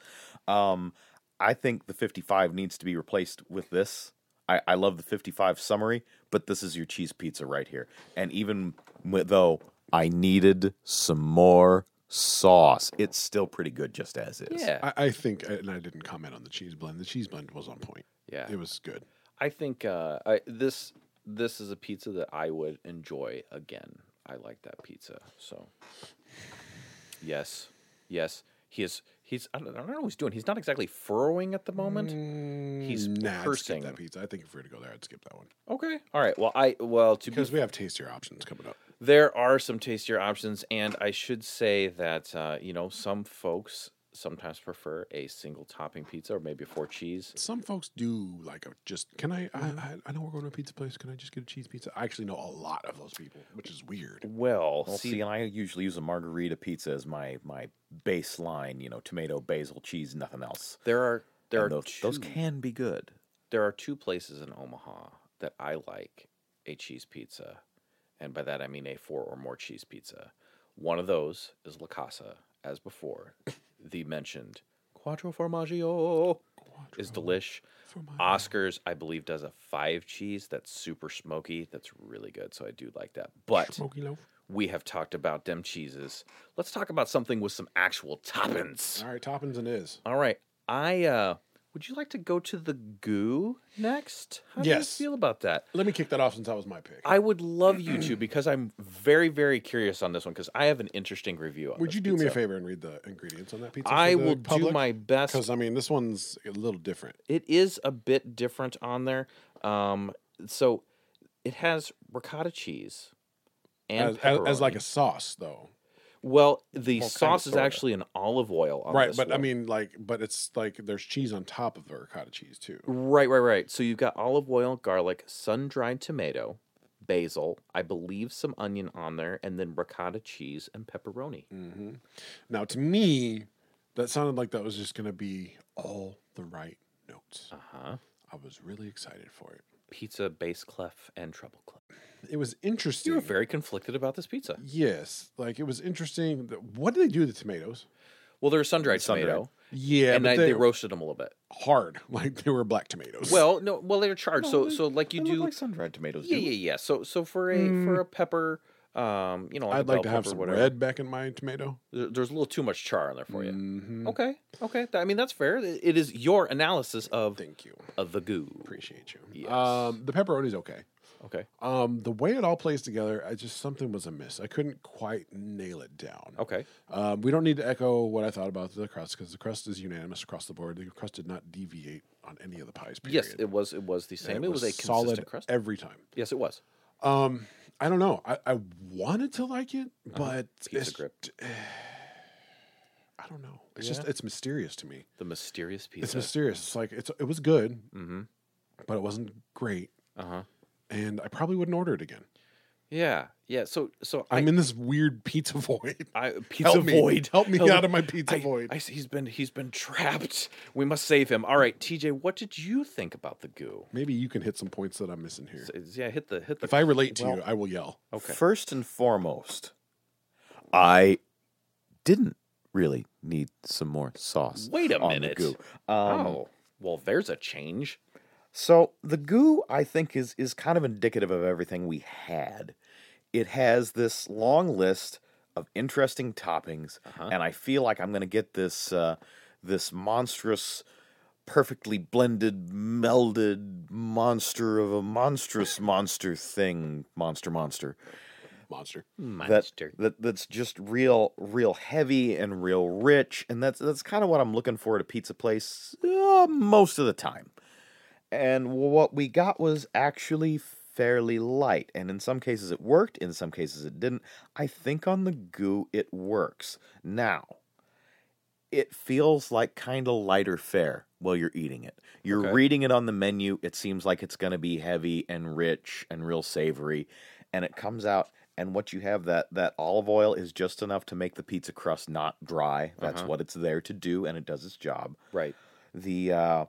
Um, I think the 55 needs to be replaced with this. I, I love the 55 summary, but this is your cheese pizza right here. And even wi- though I needed some more sauce, it's still pretty good just as is.
Yeah.
I, I think, uh, and I didn't comment on the cheese blend. The cheese blend was on point.
yeah.
It was good.
I think uh, I, this this is a pizza that I would enjoy again. I like that pizza. So yes, yes, he is. He's I don't, I don't know what he's doing. He's not exactly furrowing at the moment. He's
Mm, nah, I'd skip
cursing.
that pizza. I think if we were to go there, I'd skip that one
Okay. All right. Well, I well to be
because we have tastier options coming up.
there are some tastier options, and I should say that uh, you know some folks sometimes prefer a single topping pizza or maybe four cheese.
Some folks do like a just. Can I? I, I, I know we're going to a pizza place. Can I just get a cheese pizza? I actually know a lot of those people, which is weird.
Well,
Well, see,
see,
and I usually use a margarita pizza as my my baseline. You know, tomato, basil, cheese, nothing else.
there are there
And
are
those, those
two-
can be good.
there are two places in Omaha that I like a cheese pizza, and by that I mean a four or more cheese pizza. One of those is La Casa, as before, the mentioned Quattro Formaggio is delish. Oscars, I believe, does a five cheese that's super smoky. That's really good, so I do like that. But
Smoky loaf.
we have talked about them cheeses. Let's talk about something with some actual toppings.
All right, toppings and is.
All right. I uh would you like to go to the goo next? How
Yes.
do you feel about that?
Let me kick that off since that was my pick.
I would love you to because I'm very, very curious on this one because I have an interesting review on
Would
this
you do me a
pizza.
favor and read the ingredients on that pizza?
I will do my best.
Because I mean, this one's a little different.
It is a bit different on there. Um so it has ricotta cheese
As,
and
as, as like a
pepperoni.
sauce, though,
well, the
kind of
sauce is
sorta.
actually an olive oil on
right?
this
But I
one.
mean, like, but it's like there's cheese on top of the ricotta cheese too.
Right, right, right. So you've got olive oil, garlic, sun dried tomato, basil, I believe some onion on there, and then ricotta cheese and pepperoni.
hmm Now, to me, that sounded like that was just going to be all the right notes.
Uh huh.
I was really excited for it.
Pizza, bass clef, and treble clef.
It was interesting.
You were very conflicted about this pizza.
yes, like it was interesting. that- What did they do to the tomatoes?
Well, there's sun dried
Sun-dried.
tomato,
Yeah,
and
but
I,
they,
they
were
roasted them a little bit.
hard. Like they were black tomatoes.
Well, no, well they're charred.
No,
so,
they-
so like you
They look
do.
like sun dried tomatoes.
yeah,
do.
yeah, yeah. So, so for a for a pepper, um, you know, like
Mm. I'd
a
like
bell
to have
pepper,
some
whatever.
red back in my tomato.
there- There's a little too much char on there for you.
Mhm.
Okay, okay. Th- I mean, that's fair. It it is your analysis of
Thank you.
of the goo.
Appreciate you.
Yes.
Um, the pepperoni's okay.
Okay.
Um, the way it all plays together, I just something was amiss. I couldn't quite nail it down.
Okay.
Um, we don't need to echo what I thought about the crust because the crust is unanimous across the board. The crust did not deviate on any of the pies. Period.
Yes, it was. It was the
And
same. It, was, a consistent crust.
every time.
yes, it was.
Um, I don't know. I, I wanted to like it,
Uh-huh.
but
Pizza
it's,
grip.
I don't know. It's just it's mysterious to me.
The mysterious
It's
pizza.
mysterious. It's like it's it was good,
mm-hmm.
but it wasn't great,
Uh huh.
and I probably wouldn't order it again.
Yeah. Yeah. So so I
I'm in this weird pizza void.
I
Help
pizza
me.
void.
Help me out of my pizza
I,
void.
I, he's been he's been trapped. We must save him. All right, TJ. What did you think about the goo?
Maybe you can hit some points that I'm missing here.
So, yeah, hit the hit the.
If I relate to you,
Well-
I will yell.
okay.
First and foremost, I didn't really need some more sauce.
Wait a
on the
minute.
goo. Um,
oh well, there's a change.
So the goo, I think, is is kind of indicative of everything we had. It has this long list of interesting toppings,
Uh-huh.
and I feel like I'm going to get this uh, this monstrous, perfectly blended, melded monster of a monstrous monster thing, monster monster
Monster.
Hmm,
that, that that's just real real heavy and real rich and that's that's kind of what I'm looking for at a pizza place uh, most of the time. And what we got was actually fairly light and in some cases it worked, in some cases it didn't. I think on the goo it works. Now, it feels like kind of lighter fare while you're eating it. You're
Okay.
reading it on the menu, it seems like it's going to be heavy and rich and real savory, and it comes out and what you have that that olive oil is just enough to make the pizza crust not dry. That's
Uh-huh.
what it's there to do, and it does its job.
Right.
The uh,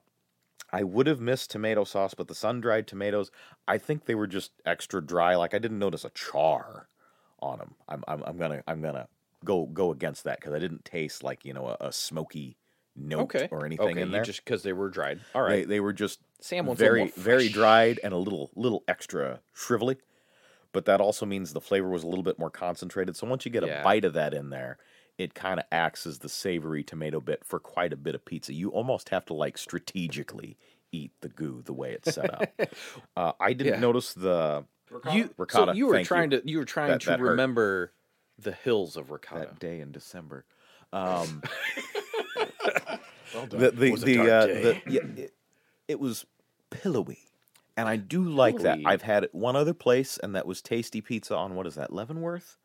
I would have missed tomato sauce, but the sun dried tomatoes, I think they were just extra dry. Like I didn't notice a char on them. I'm I'm, I'm gonna I'm gonna go go against that because I didn't taste like you know a, a smoky note
Okay.
or anything
okay,
in
you
there.
just because they were dried. All
They,
right.
they were just
Sam wants a little
very
more
very
fresh.
dried and a little little extra shrivelly. But that also means the flavor was a little bit more concentrated. So once you get
Yeah.
a bite of that in there, it kind of acts as the savory tomato bit for quite a bit of pizza. You almost have to like strategically eat the goo the way it's set up. uh, I didn't
Yeah.
notice the
you
Ricotta,
so you were
thank
trying to you were trying
That-
to
that hurt.
remember the hills of ricotta.
that day in December. Um,
Well done.
the the,
was a
the,
dark
uh,
day.
the yeah, it, it was pillowy, and I do like that.
Pillowy.
I've had it one other place, and that was Tasty Pizza on what is that Leavenworth,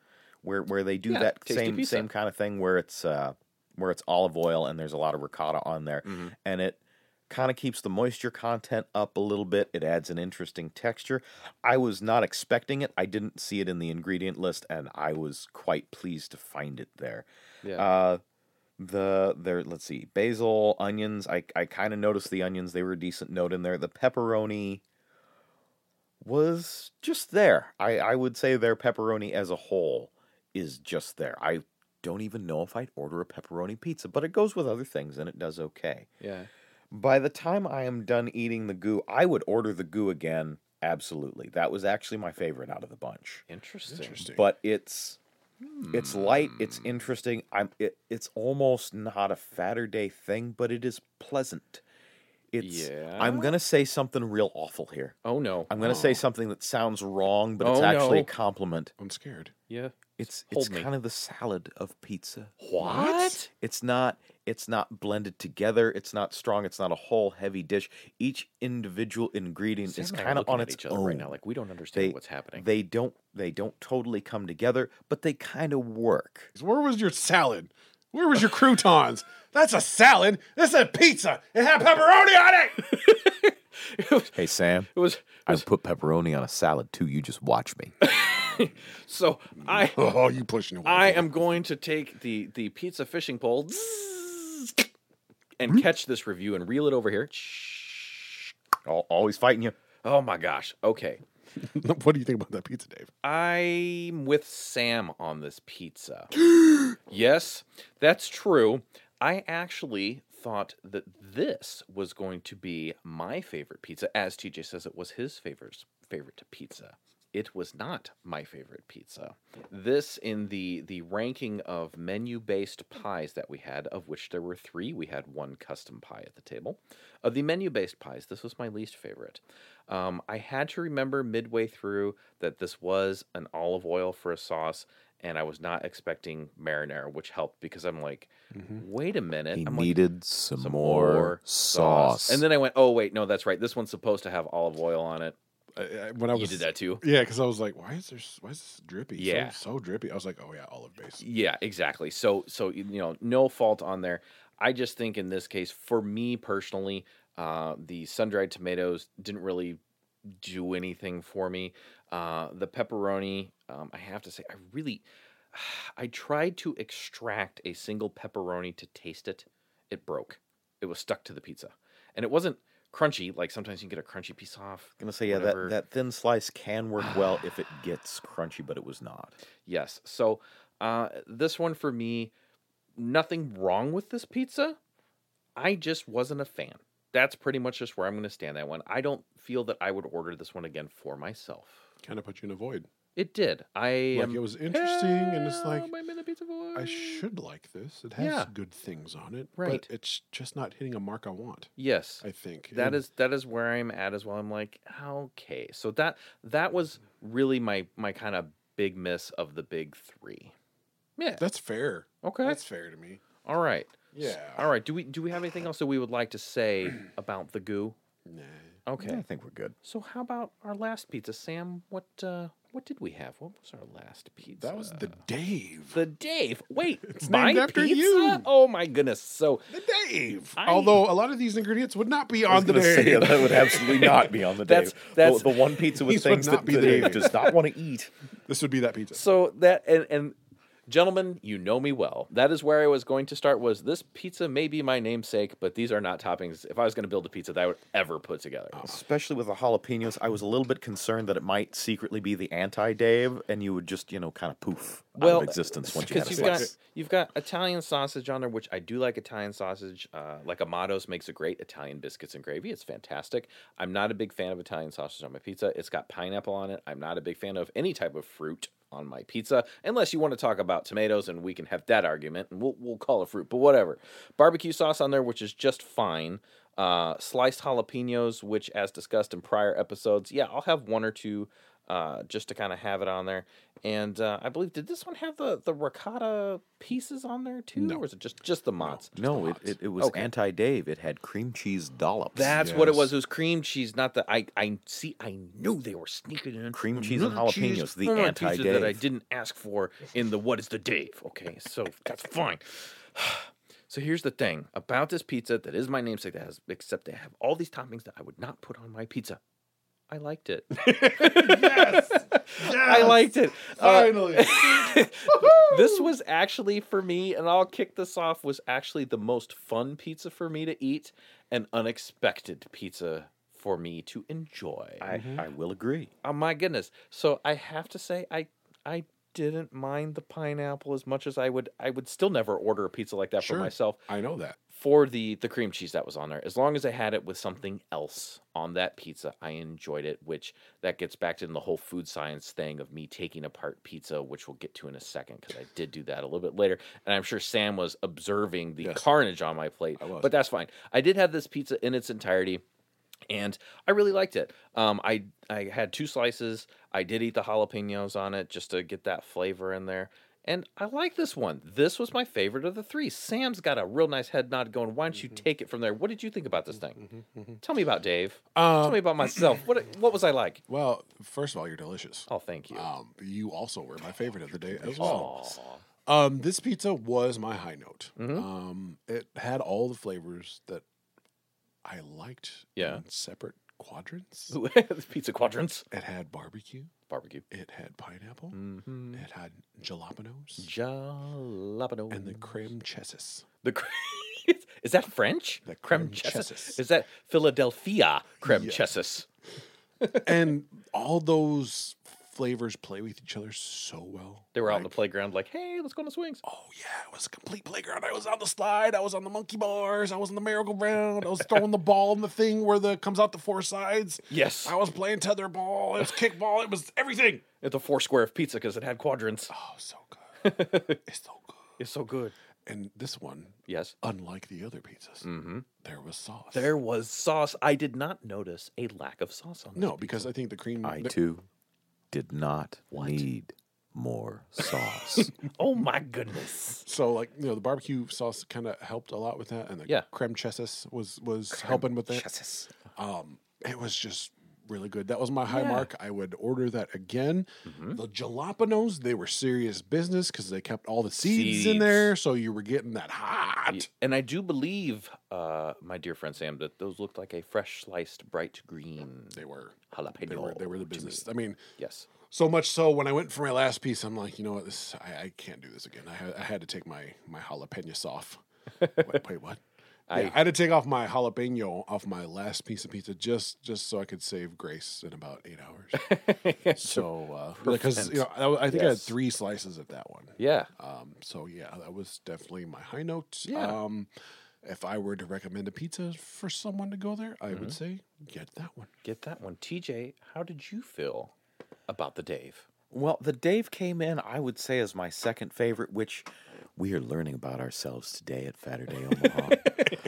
where where they do
Yeah,
that
Tasty
same
Pizza.
same kind of thing where it's uh, where it's olive oil and there's a lot of ricotta on there,
Mm. Mm-hmm.
and it kind of keeps the moisture content up a little bit. It adds an interesting texture. I was not expecting it. I didn't see it in the ingredient list, and I was quite pleased to find it there.
Yeah.
Uh, the there, let's see, basil, onions. I I kind of noticed the onions; they were a decent note in there. The pepperoni was just there. I I would say their pepperoni as a whole is just there. I don't even know if I'd order a pepperoni pizza, but it goes with other things and it does okay.
yeah.
By the time I am done eating the goo, I would order the goo again. Absolutely, that was actually my favorite out of the bunch
Interesting. Hmm.
Interesting.
but it's it's light it's interesting i'm it, it's almost not a Saturday thing but it is pleasant it's i'm
Yeah?
gonna say something real awful here
Oh no.
i'm gonna say something that sounds wrong but it's
Oh,
actually a
no.
compliment
I'm scared.
yeah.
it's it's
Hold me.
kind of the salad of pizza
What?
it's not it's not blended together it's not strong it's not a whole heavy dish each individual ingredient
Sam
is
and I are
kind of
looking
on
at
its
each other
own
right now. Like we don't understand what's happening.
they don't they don't totally come together, but they kind of work.
Where was your salad? Where was your croutons? That's a salad. This is a pizza. It had pepperoni on it.
Hey Sam,
it was
I put pepperoni on a salad too. You just watch me.
so I
Oh, you pushing it?
I am going to take the the pizza fishing pole
Hmm?
and catch this review and reel it over here.
Al- Always fighting you.
Oh my gosh. Okay.
What do you think about that pizza, Dave?
I'm with Sam on this pizza. yes, that's true. I actually thought that this was going to be my favorite pizza, as TJ says it was his favorite favorite pizza. It was not my favorite pizza. This in the the ranking of menu based pies that we had, of which there were three. We had one custom pie at the table. Of the menu based pies, this was my least favorite. Um, I had to remember midway through that this was an olive oil for a sauce, and I was not expecting marinara, which helped because I'm like, wait a minute. I'm like,
some,
And then I went, oh, wait, no, that's right. This one's supposed to have olive oil on it.
I, I, when I was
You did that too?
Yeah, because I was like, why is there? s- Why is this drippy? So-
Yeah.
so, drippy. I was like, oh yeah, olive base.
Yeah, exactly. So, so you know, no fault on there. I just think in this case, for me personally, uh, the sun dried tomatoes didn't really do anything for me. Uh, the pepperoni, um, I have to say, I really, I tried to extract a single pepperoni to taste it. It broke. It was stuck to the pizza, and it wasn't crunchy. Like sometimes you can get a crunchy piece off.
I'm gonna say yeah,
whatever.
that, that thin slice can work well if it gets crunchy, but it was not.
Yes. So uh, this one for me, nothing wrong with this pizza. I just wasn't a fan. That's pretty much just where I'm going to stand that one. I don't feel that I would order this one again for myself.
Kind of put you in a void.
It did. I
Like
am
it was interesting, and it's like
Help, I'm in a pizza
I
void.
should like this. It has
Yeah.
good things on it,
Right.
But it's just not hitting a mark I want.
Yes.
I think
That
And
is that is where I'm at as well. I'm like, okay. So that that was really my my kind of big miss of the big 3. Yeah.
that's fair.
Okay.
That's fair to me.
All right.
Yeah.
All right. Do we do we have anything else that we would like to say about the goo?
Nah.
Okay.
I think we're good.
So how about our last pizza, Sam? What uh, what did we have? What was our last pizza?
That was the Dave.
the Dave. Wait,
It's
my
named after
pizza?
you.
Oh my goodness. So
The Dave.
I-
Although a lot of these ingredients would not be on the
gonna say, yeah,
Dave.
that would absolutely not be on the
That's-
Dave.
that's-
the, the one pizza with
These would
things
not
that
be
the
the
Dave
Dave.
does not want to eat.
This would be that pizza.
So that and and gentlemen, you know me well. That is where I was going to start. Was this pizza may be my namesake, but these are not toppings. If I was going to build a pizza that I would ever put together,
Especially with the jalapenos, I was a little bit concerned that it might secretly be the anti-Dave, and you would just, you know, kind of poof out of existence once you had a
have
slice.
got uh, you've got Italian sausage on there, which I do like Italian sausage. Uh, like Amato's makes a great Italian biscuits and gravy. It's fantastic. I'm not a big fan of Italian sausage on my pizza. It's got pineapple on it. I'm not a big fan of any type of fruit on my pizza, unless you want to talk about tomatoes, and we can have that argument, and we'll we'll call it fruit, but whatever. Barbecue sauce on there, which is just fine. Uh, sliced jalapenos, which, as discussed in prior episodes, yeah, I'll have one or two uh, just to kind of have it on there. And uh, I believe did this one have the the ricotta pieces on there too, or is it just just the mozz?
No, it, it, it was
Okay.
anti-Dave. It had cream cheese dollops.
That's what it
Yes.
was. It was cream cheese, not the I. I see. I knew they were sneaking in
Cream cheese and
another
jalapenos,
cheese
the
from our
anti-Dave.
pizza that I didn't ask for in the what is the Dave? Okay, so that's fine. So here's the thing about this pizza that is my namesake that has except they have all these toppings that I would not put on my pizza. I liked it. I liked it. Uh,
Finally.
this was actually for me, and I'll kick this off, was actually the most fun pizza for me to eat, an unexpected pizza for me to enjoy.
I, I will agree.
oh my goodness. So I have to say I I didn't mind the pineapple as much as I would I would still never order a pizza like that
Sure.
for myself
I know that.
for the the cream cheese that was on there as long as i had it with something else on that pizza i enjoyed it which that gets back to the whole food science thing of me taking apart pizza which we'll get to in a second because i did do that a little bit later and i'm sure sam was observing the
Yes.
carnage on my plate
I was.
but that's fine i did have this pizza in its entirety and I really liked it. Um, I I had two slices. I did eat the jalapenos on it just to get that flavor in there, and I like this one. This was my favorite of the three. Sam's got a real nice head nod going. Why don't
Mm-hmm.
you take it from there? What did you think about this thing? Tell me about Dave. Tell
Um,
me about myself. What what was I like?
Well, first of all, you're delicious.
Oh, thank you.
Um, you also were my favorite of the day as well.
Aw.
Um, this pizza was my high note. Um, it had all the flavors that I liked.
Yeah.
in separate quadrants.
pizza quadrants,
It had barbecue.
barbecue,
It had pineapple.
mm-hmm.
It had jalapenos
jalapeno,
and the creme chesis.
The cre- is that French?
The creme chesses.
Is that Philadelphia creme
Yes.
chesses?
and all those flavors play with each other so well.
They were out on the
Like,
playground, like, "Hey, let's go on the swings."
Oh yeah, it was a complete playground. I was on the slide. I was on the monkey bars. I was on the merry-go-round. I was throwing the ball in the thing where the comes out the four sides.
Yes,
I was playing tetherball. It was kickball. It was everything.
it's a four square of pizza because it had quadrants.
Oh, so good. it's so good.
It's so good.
And this one,
Yes.
unlike the other pizzas,
Mm-hmm.
there was sauce.
There was sauce. I did not notice a lack of sauce on.
No, because I think the cream.
I
the-
too did not need more sauce.
this. Oh my goodness.
So like you know the barbecue sauce kind of helped a lot with that, and the
Yeah.
creme chesis was was helping with that.
Jesus.
Um, it was just really good. That was my high
Yeah. Mm-hmm.
mark. I would order that again. The jalapenos they were serious business because they kept all the seeds, in
Seeds.
there, so you were getting that hot.
Y- And I do believe, uh, my dear friend Sam, that those looked like a fresh sliced bright green
They were.
jalapeno.
They were, they were the
to me.
business. I mean,
Yes.
so much so when I went for my last piece, I'm like, you know what, this I, I can't do this again. I, had- I had to take my my jalapenos off. wait, wait, what?
I-
Yeah, I had to take off my jalapeno off my last piece of pizza just just so I could save grace in about eight hours. so because you know I, I think I had
Yes.
three slices of that one.
Yeah.
Um, so yeah, that was definitely my high note.
Yeah.
Um, if I were to recommend a pizza for someone to go there, I
Mm-hmm.
would say get that one.
Get that one, TJ. How did you feel about the Dave?
Well, the Dave came in, I would say, as my second favorite, which we are learning about ourselves today at Saturday Omaha.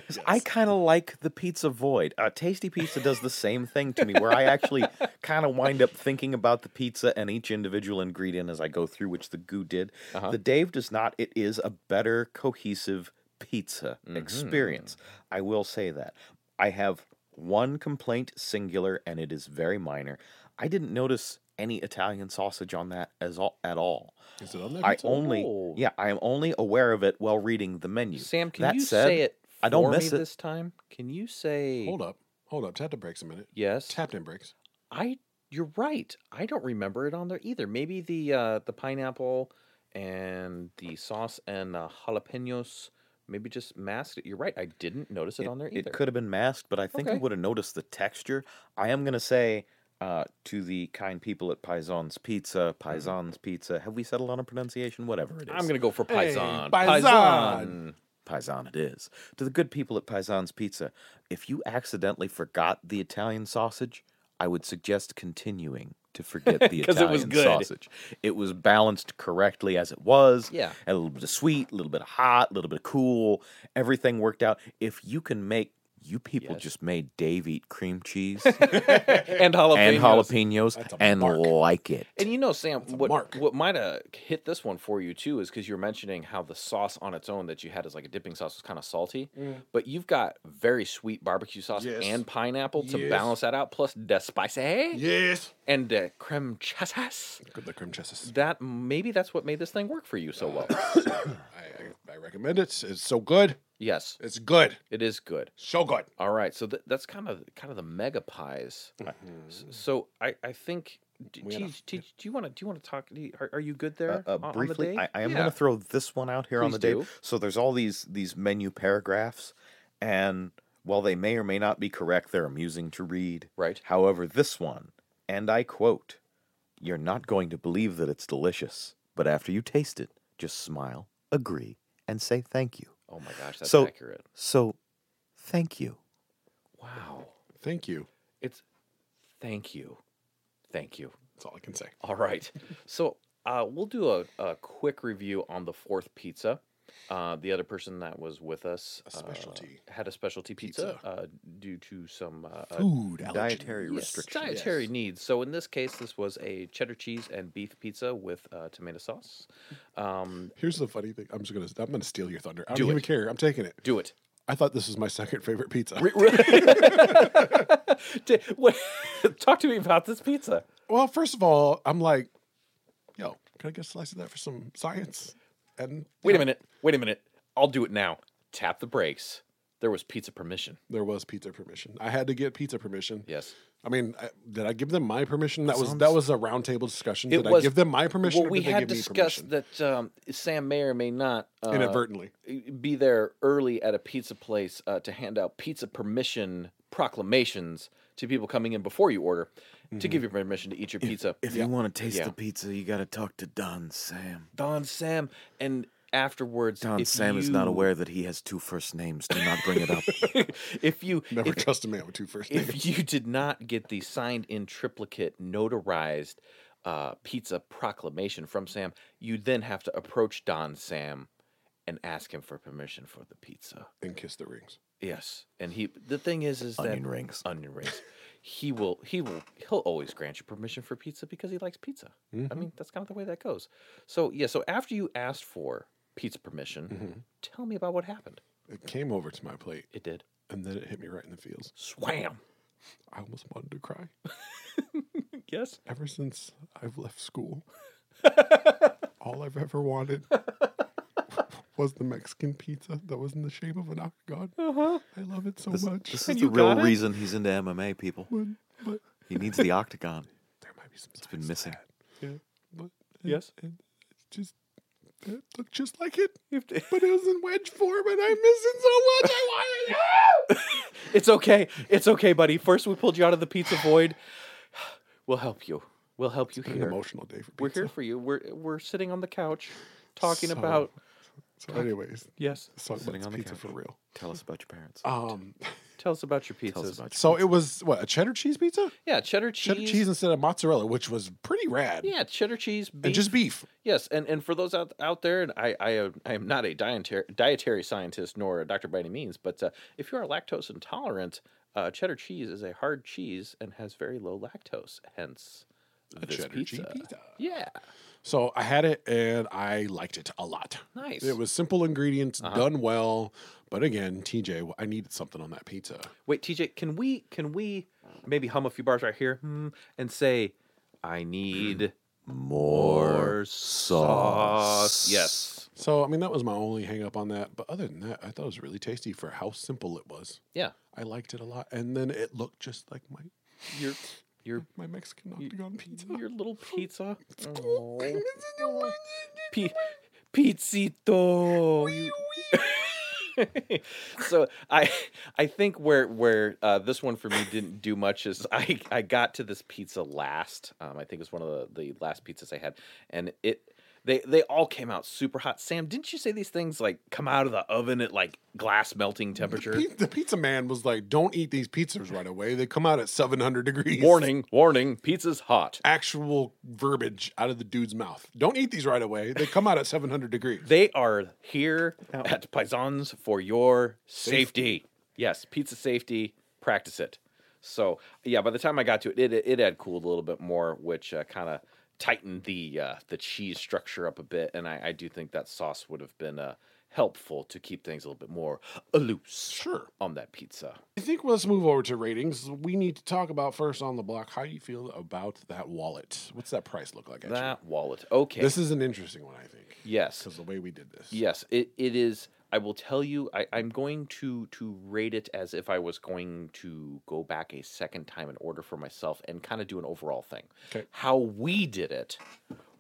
'Cause I kind of like the pizza void. Uh, Tasty Pizza does the same thing to me, where I actually kind of wind up thinking about the pizza and each individual ingredient as I go through, which the goo did. The Dave does not. It is a better, cohesive pizza experience. I will say that. I have one complaint singular, and it is very minor. I didn't notice any Italian sausage on that as all, at all.
Is it on that?
I
pizza?
only,
Oh.
yeah, I am only aware of it while reading the menu.
Sam, can
That
you
said,
say it? For
I don't
me
miss it.
this time. Can you say?
hold up, hold up, tap the brakes a minute.
Yes.
Tapped in brakes.
I You're right. I don't remember it on there either. Maybe the uh, the pineapple and the sauce and uh, jalapenos maybe just masked it. You're right. I didn't notice it, on there either.
It could have been masked, but I think I
Okay.
would have noticed the texture. I am going to say uh, to the kind people at Paisan's Pizza,
Mm-hmm.
Paisan's Pizza, have we settled on a pronunciation? Whatever it is.
I'm gonna go for
Hey,
paisan.
paisan.
Paisan it is. To the good people at Paisan's Pizza, if you accidentally forgot the Italian sausage, I would suggest continuing to forget the
'Cause
Italian
it was good.
sausage. It was balanced correctly as it was.
Yeah.
A little bit of sweet, a little bit of hot, a little bit of cool. Everything worked out. If you can make you people
Yes.
just made Dave eat cream cheese
and jalapenos.
and jalapenos
That's a
and
mark.
like it.
And you know, Sam,
a
what
mark.
what might have hit this one for you too is because you're mentioning how the sauce on its own that you had as like a dipping sauce was kind of salty,
Mm.
but you've got very sweet barbecue sauce
Yes.
and pineapple to
Yes.
balance that out, plus de spice eh?
Yes.
and the creme chassas.
Good the cream cheeses.
That maybe that's what made this thing work for you so well.
I, I, I recommend it. It's so good.
yes,
It's good.
it is good.
So good.
All right, so th- that's kind of kind of the mega pies. S-
Mm.
So I I think. Do,
We gotta-
Tej, Tej, do you want to do you want to talk? do you- Are, are you good
uh,
there?
uh,
on- on the
briefly,
day?
I, I am
Yeah.
going to throw this one out here on the
Please
day.
do.
So there's all these these menu paragraphs, and while they may or may not be correct, they're amusing to read.
Right.
However, this one, and I quote, "You're not going to believe that it's delicious, but after you taste it, just smile, agree, and say thank you."
Oh my gosh, that's
So-
accurate.
So, thank you.
Wow.
Thank you.
It's thank you. Thank you.
That's all I can say.
All right. so uh, we'll do a, a quick review on the fourth pizza. Uh, the other person that was with us
A specialty
uh, had a specialty pizza,
pizza.
Uh, due to some uh, uh,
Food.
Dietary
yes,
restrictions.
dietary
Yes.
needs. So in this case, this was a cheddar cheese and beef pizza with uh, tomato sauce. Um,
Here's the funny thing. I'm just gonna. I'm gonna steal your thunder. I don't
Do
even
it.
care. I'm taking it.
do it.
I thought this was my second favorite pizza.
T- what- Talk to me about this pizza.
Well, first of all, I'm like, yo, can I get a slice of that for some science? And
Wait a minute. Wait a minute. I'll do it now. Tap the brakes. There was pizza permission.
there was pizza permission. I had to get pizza permission.
Yes.
I mean, I, did I give them my permission? That was
Sounds-
that was a roundtable discussion.
It
Did I
was-
give them my permission?
well,
or
we
did they
had
give me
discussed
permission?
that um, Sam may or may not uh,
inadvertently.
be there early at a pizza place uh, to hand out pizza permission proclamations to people coming in before you order to
Mm-hmm.
give you permission to eat your pizza.
you want to taste
Yeah.
pizza, you got to talk to Don Sam.
Don Sam and afterwards if you-
that he has two first names. Do not bring it up.
if you
Never
if
trust a man with two first names.
if you did not get the signed in triplicate notarized uh, pizza proclamation from Sam, you then have to approach Don Sam and ask him for permission for the pizza.
and kiss the rings.
Yes, and he. The thing is, is
Onion
that
rings.
onion rings. He will. He will. He'll always grant you permission for pizza because he likes pizza. I
Mm-hmm.
mean, that's kind of the way that goes. So yeah. So after you asked for pizza permission,
Mm-hmm.
tell me about what happened.
It came over to my plate,
It did.
and then it hit me right in the feels.
Swam.
I almost wanted to cry.
Yes.
Ever since I've left school, all I've ever wanted was the Mexican pizza that was in the shape of an octagon.
Uh-huh.
I love it so much.
This
And
is the
you
real
got it?
reason he's into MMA, people.
but, but
He needs the octagon.
there might be some. It's
been missing.
Yeah, but
Yes.
and it's just it looked just like it,
If-
but it was in wedge form, and I miss it so much. I want it. Ah!
It's okay. It's okay, buddy. First, we pulled you out of the pizza void. We'll help you. We'll help you
It's been an
here.
emotional day for pizza.
We're here for you. We're we're sitting on the couch, talking
So-
about
So, anyways,
yes.
so
Sitting
about
on the
pizza
couch.
for real.
Tell us about your parents.
Um,
Tell us about your pizzas.
Tell us about your
so it was what a cheddar cheese pizza,
yeah, cheddar cheese.
cheddar cheese instead of mozzarella, which was pretty rad.
Yeah, cheddar cheese. Beef.
And just beef.
Yes, and, and for those out, out there, and I I, am- I am not a dietary dietary scientist nor a doctor by any means, but uh, if you are lactose intolerant, uh, cheddar cheese is a hard cheese and has very low lactose, hence
A
this
cheddar cheese pizza.
Yeah,
So I had it and I liked it a lot.
nice.
It was simple ingredients, done well. But again, TJ, I needed something on that pizza.
Wait, TJ, can we can we maybe hum a few bars right here hmm, and say, "I need more sauce." Yes.
So, I mean, that was my only hang up on that. But other than that, I thought it was really tasty for how simple it was.
Yeah.
I liked it a lot. And then it looked just like my
Your Your
My Mexican octagon pizza.
your little pizza. Oh. Pi- pizzito. You- so I I think where where uh, this one for me didn't do much is I I got to this pizza last. Um, I think it was one of the, the last pizzas I had, and it they they all came out super hot. Sam, didn't you say these things like come out of the oven at like glass melting temperature?
Pi- The pizza man was like, "Don't eat these pizzas right away. They come out at 700 degrees."
warning, warning, pizza's hot.
Actual verbiage out of the dude's mouth. Don't eat these right away. They come out at 700 degrees.
They are here
Oh.
at Paisans for your safety. Yes, pizza safety. Practice it. So yeah, by the time I got to it, it, it had cooled a little bit more, which uh, kind of tightened the uh, the cheese structure up a bit, and I, I do think that sauce would have been uh, helpful to keep things a little bit more loose
Sure.
on that pizza.
I think let's move over to ratings. We need to talk about first on the block how you feel about that wallet. What's that price look like? At you?
That wallet. Okay.
This is an interesting one, I think,
yes.
because the way we did this.
Yes, it, it is. I will tell you, I, I'm going to to rate it as if I was going to go back a second time and order for myself and kind of do an overall thing.
'Kay.
How we did it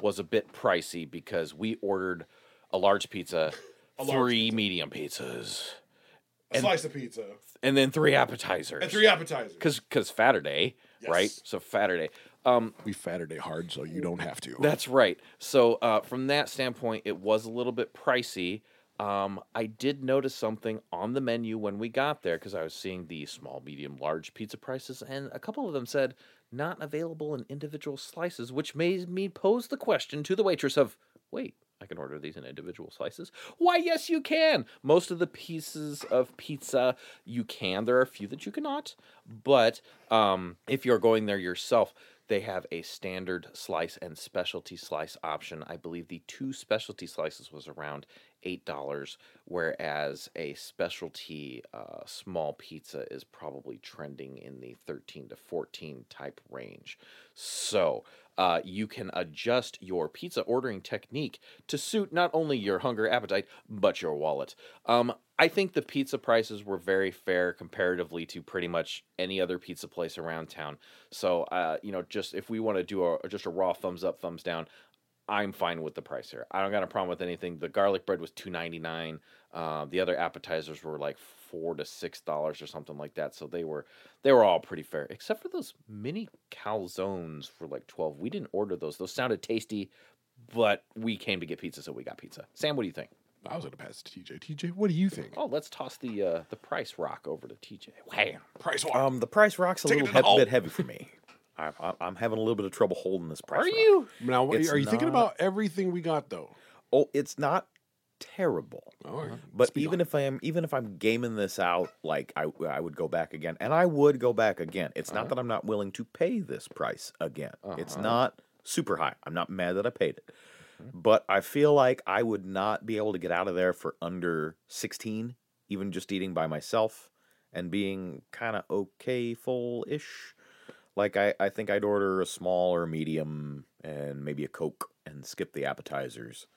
was a bit pricey because we ordered a large pizza, three medium pizzas,
A slice of pizza
and then three appetizers.
appetizers.
because because Saturday, right?
Yes.
So Saturday. Um,
We Saturday hard, so you don't have to.
that's right. So uh, from that standpoint, it was a little bit pricey. Um, I did notice something on the menu when we got there because I was seeing the small, medium, large pizza prices, and a couple of them said not available in individual slices, which made me pose the question to the waitress of, "Wait, I can order these in individual slices?" Why, yes, you can. Most of the pieces of pizza you can. There are a few that you cannot, but um, if you're going there yourself, they have a standard slice and specialty slice option. I believe the two specialty slices was around eight dollars, whereas a specialty uh, small pizza is probably trending in the thirteen to fourteen type range. So uh, you can adjust your pizza ordering technique to suit not only your hunger appetite but your wallet. Um, I think the pizza prices were very fair comparatively to pretty much any other pizza place around town. So, uh, you know, just if we want to do a just a raw thumbs up, thumbs down, I'm fine with the price here. I don't got a problem with anything. The garlic bread was two ninety nine. Uh, the other appetizers were like four to six dollars or something like that. So they were they were all pretty fair, except for those mini calzones for like twelve. We didn't order those. Those sounded tasty, but we came to get pizza, so we got pizza. Sam, what do you think?
I was going to pass to TJ. TJ, what do you think?
Oh, let's toss the uh, the price rock over to TJ. Wham!
Price wallet.
Um, the price rock's a
Take it to
little
the
he-
hole.
bit heavy for me. I'm, I'm- I'm having a little bit of trouble holding this price.
Are
rock.
you?
now, are
it's
you thinking
not-
about everything we got though?
Oh, it's not terrible.
All right.
But even if I'm even if I'm gaming this out, like I I would go back again, and I would go back again. It's not that I'm not willing to pay this price again. It's not super high. I'm not mad that I paid it, but I feel like I would not be able to get out of there for under sixteen, even just eating by myself and being kind of okay full ish. Like I I think I'd order a small or a medium and maybe a coke and skip the appetizers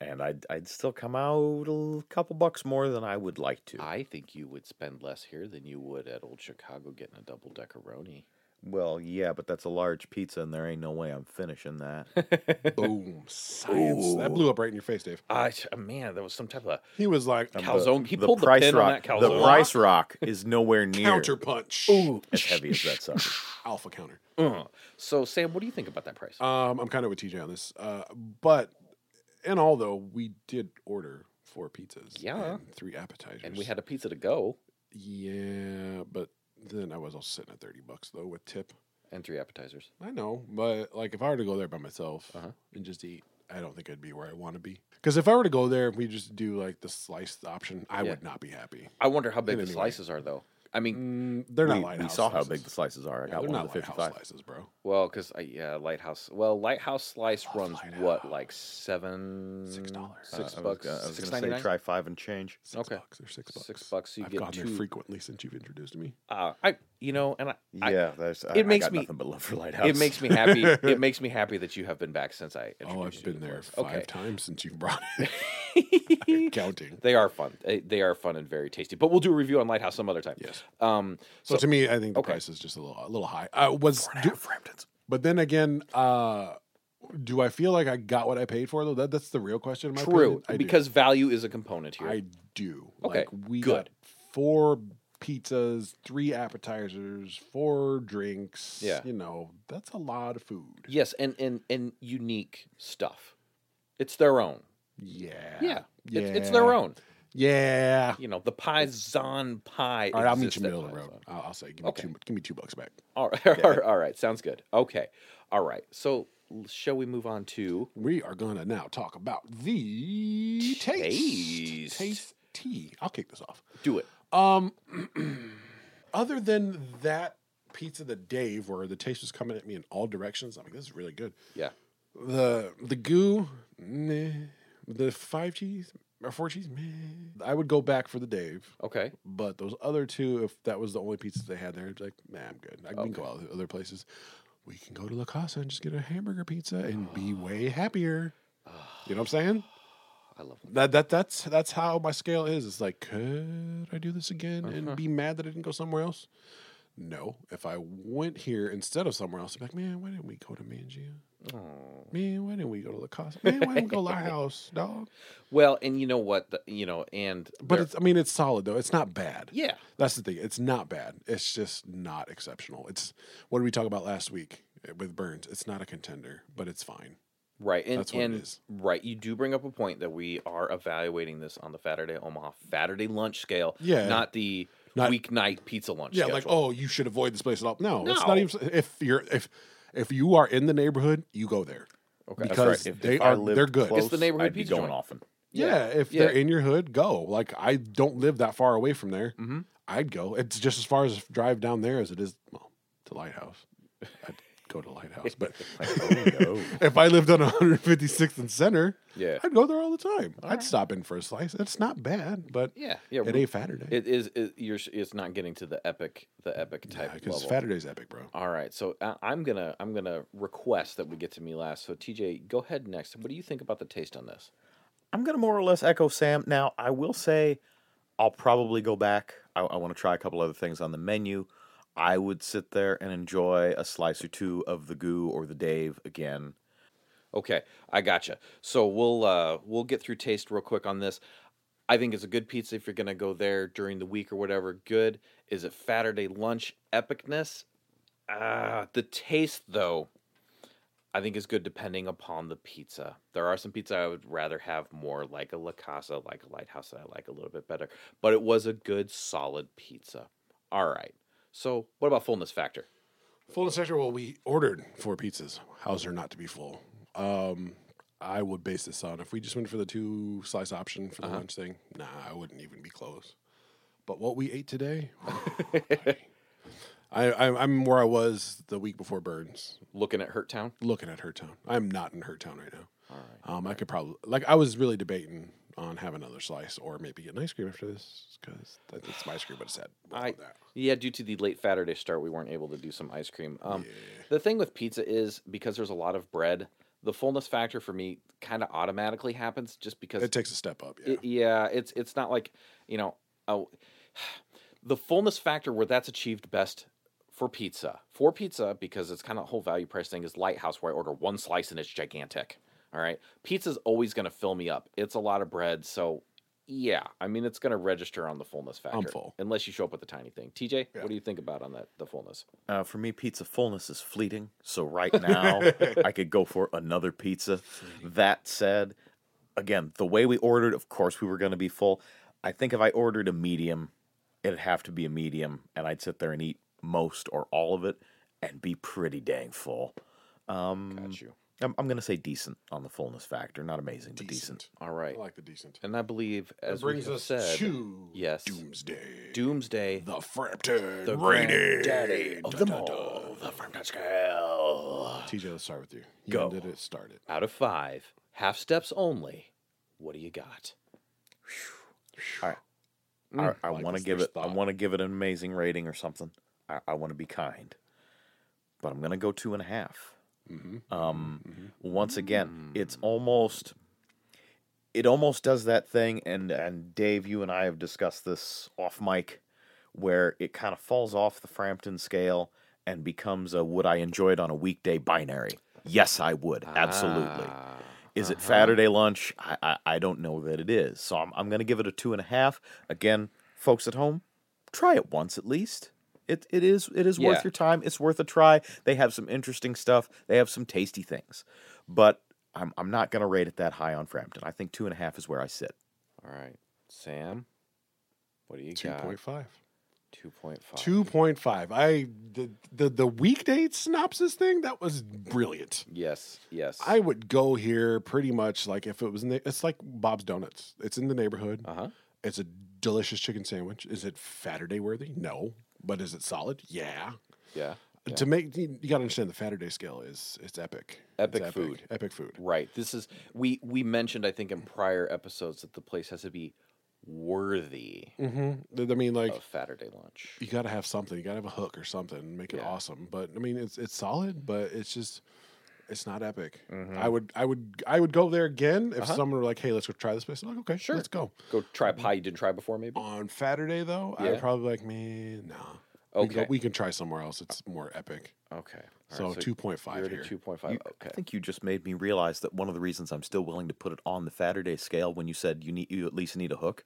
and I'd I'd still come out a l- couple bucks more than I would like to.
I think you would spend less here than you would at Old Chicago getting a double deckeroni.
Well, yeah, but that's a large pizza, and there ain't no way I'm finishing that.
boom, science. That blew up right in your face, Dave.
I uh, man, there was some type of
He was like
calzone. he pulled the pin
rock,
on that calzone.
the price rock is nowhere near
counter punch. Ooh,
as heavy as that sucker.
alpha counter.
Uh, so Sam, what do you think about that price?
Um, I'm kind of with TJ on this, uh, but and although we did order four pizzas,
Yeah.
and three appetizers,
and we had a pizza to go
yeah, but then I was also sitting at thirty bucks though with tip.
and three appetizers.
I know, but like if I were to go there by myself
Uh-huh.
and just eat, I don't think I'd be where I want to be. Because if I were to go there and we just do like the sliced option, I
Yeah.
would not be happy.
I wonder how big
In
the
any way.
slices are, though. I mean,
Mm, they're not
we,
lighthouse.
we saw how
slices.
big the slices are. I
Yeah,
got
they're
one
not
of the
lighthouse
55.
slices, bro.
well, because yeah, lighthouse. Well, lighthouse slice runs what, like seven,
Oh,
uh,
Six dollars.
six
Uh, I was
bucks,
gonna- I was
six
gonna
ninety
say
nine.
try five and change.
Six
Okay.
bucks or six bucks.
Six bucks, you
I've
get
gone there
two-
frequently since you've introduced me.
Uh, I, you know, and I, I-
Yeah, there's, I,
it makes
I got
me-
nothing but love for lighthouse.
it makes me happy. it makes me happy that you have been back since I.
Oh,
introduced
I've
you to
been
the
there
place.
five
Okay.
times since you brought it. counting.
They are fun. They, they are fun and very tasty. But we'll do a review on Lighthouse some other time.
Yes.
Um,
So, to me, I think the
okay.
price is just a little a little high. I was, do-
Framptons.
but then again, uh, do I feel like I got what I paid for though? That, that's the real question. In my
true,
opinion. I do.
because value is a component here.
I do.
Okay,
Like we
good.
got four pizzas, three appetizers, four drinks.
Yeah.
You know, that's a lot of food.
yes, and and and unique stuff. It's their own.
Yeah.
Yeah, It's, it's their own.
Yeah.
You know, the Paisan pie.
All right, I'll meet
exists
you
at
middle of the
Paisan.
road. I'll, I'll say, give me,
Okay.
two, give me two bucks back.
All right, all right, all right, sounds good. Okay, all right. So l- shall we move on to?
We are going to now talk about the taste.
Taste.
Taste tea. I'll kick this off.
Do it.
Um, other than that pizza that Dave, where the taste was coming at me in all directions, I'm like, this is really good.
Yeah.
The the goo, meh. the five cheese or four cheese, meh. I would go back for the Dave,
Okay.
but those other two, if that was the only pizza they had there, I'd be like, nah, I'm good. I can go out to other places. We can go to La Casa and just get a hamburger pizza and be way happier. You know what I'm saying?
I love them.
That that that's that's how my scale is. It's like, could I do this again
Uh-huh.
and be mad that I didn't go somewhere else? No. If I went here instead of somewhere else, I'd be like, man, why didn't we go to Mangia? Man, why didn't we go to La Casa? Man, why didn't we go to La House, dog?
Well, and you know what? The, you know, and
But
there-
it's I mean, it's solid though. It's not bad.
yeah,
That's the thing. It's not bad. It's just not exceptional. It's what did we talk about last week eh, with Burns? It's not a contender, but it's fine.
right. And,
That's what it
and
is.
right, you do bring up a point that we are evaluating this on the Saturday Omaha Saturday lunch scale.
Yeah.
Not the
Not-
weeknight pizza lunch.
Yeah,
schedule.
like oh, you should avoid this place at all. No, it's not
No.
even. If you're if if you are in the neighborhood, you go there.
Okay.
because
That's right. If,
they
if I
are
lived
they're good.
Close,
It's the neighborhood
I'd be
pizza
going
joint.
often.
Yeah, if
yeah.
they're in your hood, go. Like I don't live that far away from there.
Mm-hmm.
Mhm.
I'd go. It's just as far as drive down there as it is well to Lighthouse. I'd go to Lighthouse, but
oh,
if I lived on 156th and Center,
Yeah.
I'd go there all the time. I'd stop in for a slice. It's not bad, but
Yeah. Yeah.
it ain't Saturday.
It is. It, you're. s- It's not getting to the epic. The epic type
because
level.
Saturday's epic, bro.
All right, so uh, I'm gonna I'm gonna request that we get to me last. So TJ, go ahead next. What do you think about the taste on this?
I'm gonna more or less echo Sam. Now I will say, I'll probably go back. I, I want to try a couple other things on the menu. I would sit there and enjoy a slice or two of the goo or the Dave again.
Okay, I gotcha. So we'll uh, we'll get through taste real quick on this. I think it's a good pizza if you're gonna go there during the week or whatever. Good. Is it Saturday lunch epicness? Ah, the taste though, I think is good depending upon the pizza. There are some pizza I would rather have more, like a La Casa, like a Lighthouse that I like a little bit better. But it was a good solid pizza. All right. So what about fullness factor?
Fullness factor. Well, we ordered four pizzas. How's there not to be full? Um, I would base this on if we just went for the two slice option
Uh-huh.
for the lunch thing. Nah, I wouldn't even be close. But what we ate today, I, I, I'm where I was the week before Burns,
Looking at Hurt Town?
looking at Hurt Town. I'm not in Hurt Town right now.
All right.
Um, I could probably like I was really debating on having another slice or maybe get an ice cream after this because it's my ice cream, but it's sad.
I-
that.
Yeah, due to the late Saturday start, we weren't able to do some ice cream. Um, The thing with pizza is because there's a lot of bread, the fullness factor for me kind of automatically happens just because.
It takes a step up. Yeah.
it- yeah, it's it's not like you know, oh, the fullness factor where that's achieved best for pizza. For pizza, because it's kind of whole value price thing is Lighthouse where I order one slice and it's gigantic. All right, pizza's always going to fill me up. It's a lot of bread, so. Yeah, I mean it's going to register on the fullness factor.
full.
Unless you show up with a tiny thing. TJ, what do you think about on that the fullness?
Uh, for me, pizza fullness is fleeting. So right now, I could go for another pizza. That said, again, the way we ordered, of course, we were going to be full. I think if I ordered a medium, it'd have to be a medium, and I'd sit there and eat most or all of it and be pretty dang full. Um,
Got you.
I'm, I'm going to say decent on the fullness factor. Not amazing, but decent.
All right.
I like the decent.
And I believe as
That brings
we have
us
said,
to
yes.
Doomsday.
Doomsday
the Frampton
the
Rating.
granddaddy of
Dun,
them
dun, dun.
all, the Frampton scale.
TJ, let's start with you. You
Go.
ended it, started.
Out of five, half steps only. What do you got?
I- I,
Mm, like
want
this
to give
first
it. I
thought.
want to give it an amazing rating or something. I, I want to be kind, but I'm gonna go two and a
Mm-hmm.
Mm-hmm.
half. Um, Once again, it's almost. it almost does that thing and and Dave you and I have discussed this off mic where it kind of falls off the Frampton scale and becomes a would I enjoy it on a weekday binary. Yes, I would. Absolutely.
Ah,
Is it
uh-huh.
Saturday lunch? I, I I don't know that it is. So I'm I'm gonna give it a two and a half. Again, folks at home, try it once at least. It it is it is
Yeah.
worth your time. It's worth a try. They have some interesting stuff. They have some tasty things, but I'm I'm not gonna rate it that high on Frampton. I think two and a half is where I sit.
All right, Sam. What do you
Two
got?
point five.
Two point five.
Two point five. I the, the the weekday synopsis thing that was brilliant.
Yes. Yes.
I would go here pretty much like if it was. In the, it's like Bob's Donuts. It's in the neighborhood.
Uh huh.
It's a delicious chicken sandwich. Is it Saturday worthy? No, but is it solid? Yeah.
Yeah. Yeah.
To make you, you got to understand the Saturday scale is it's epic. It's
Epic food.
Epic food.
Right. This is we we mentioned I think in prior episodes that the place has to be worthy
Mm-hmm. I mean, like
of Saturday lunch.
you got to have something. You got to have a hook or something. Make it
Yeah.
awesome. But I mean, it's it's solid, but it's just it's not epic.
Mhm.
I would I would I would go there again if
Uh-huh.
someone were like, "Hey, let's go try this place." I'm like, "Okay,
Sure.
sure, let's go."
Go try a pie you didn't try before, maybe.
On Saturday though, I
Yeah.
would probably be like, "Man, no." We can go-
Okay.
we can try somewhere else. It's more epic.
okay. All
so
right,
two point
you're
five
at a
here.
Two point five.
You-
Okay.
I think you just made me realize that one of the reasons I'm still willing to put it on the Saturday scale when you said you need you at least need a hook.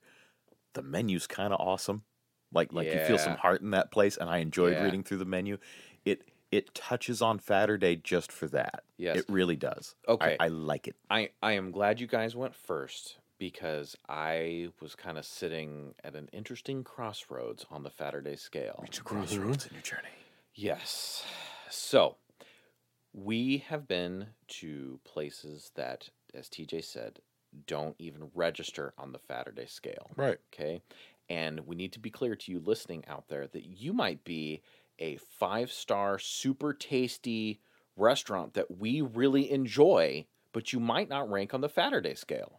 The menu's kind of awesome. Like like you feel some
Yeah.
heart in that place, and I enjoyed
Yeah.
reading through the menu. It it touches on Saturday just for that.
Yes.
it really does. I-
Okay.
I, like it.
I, I am glad you guys went first because I was kind of sitting at an interesting crossroads on the Saturday scale.
crossroads
in your journey.
Yes. So we have been to places that, as TJ said, don't even register on the Saturday scale.
Right.
Okay. And we need to be clear to you listening out there that you might be a five star, super tasty restaurant that we really enjoy, but you might not rank on the Saturday scale.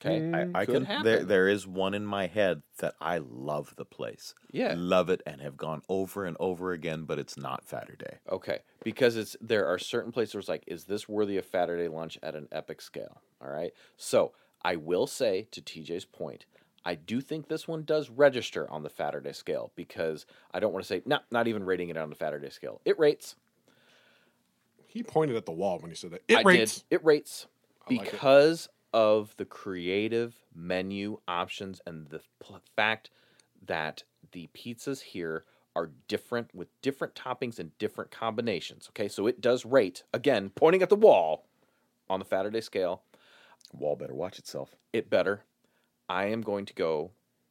Okay.
I,
Mm.
I
Mm, Could
can. There,
happen.
there is one in my head that I love the place.
Yeah.
love it, and have gone over and over again. But it's not Saturday.
Okay, because it's there are certain places where it's like, is this worthy of Saturday lunch at an epic scale? All right. So I will say to TJ's point, I do think this one does register on the Saturday scale because I don't want to say not not even rating it on the Saturday scale. It rates.
He pointed at the wall when he said that. It
I
rates.
did. It rates
like it.
because of the creative menu options and the pl- fact that the pizzas here are different with different toppings and different combinations. Okay, so it does rate again, pointing at the wall on the Saturday scale.
Wall better watch itself.
It better. I am going to go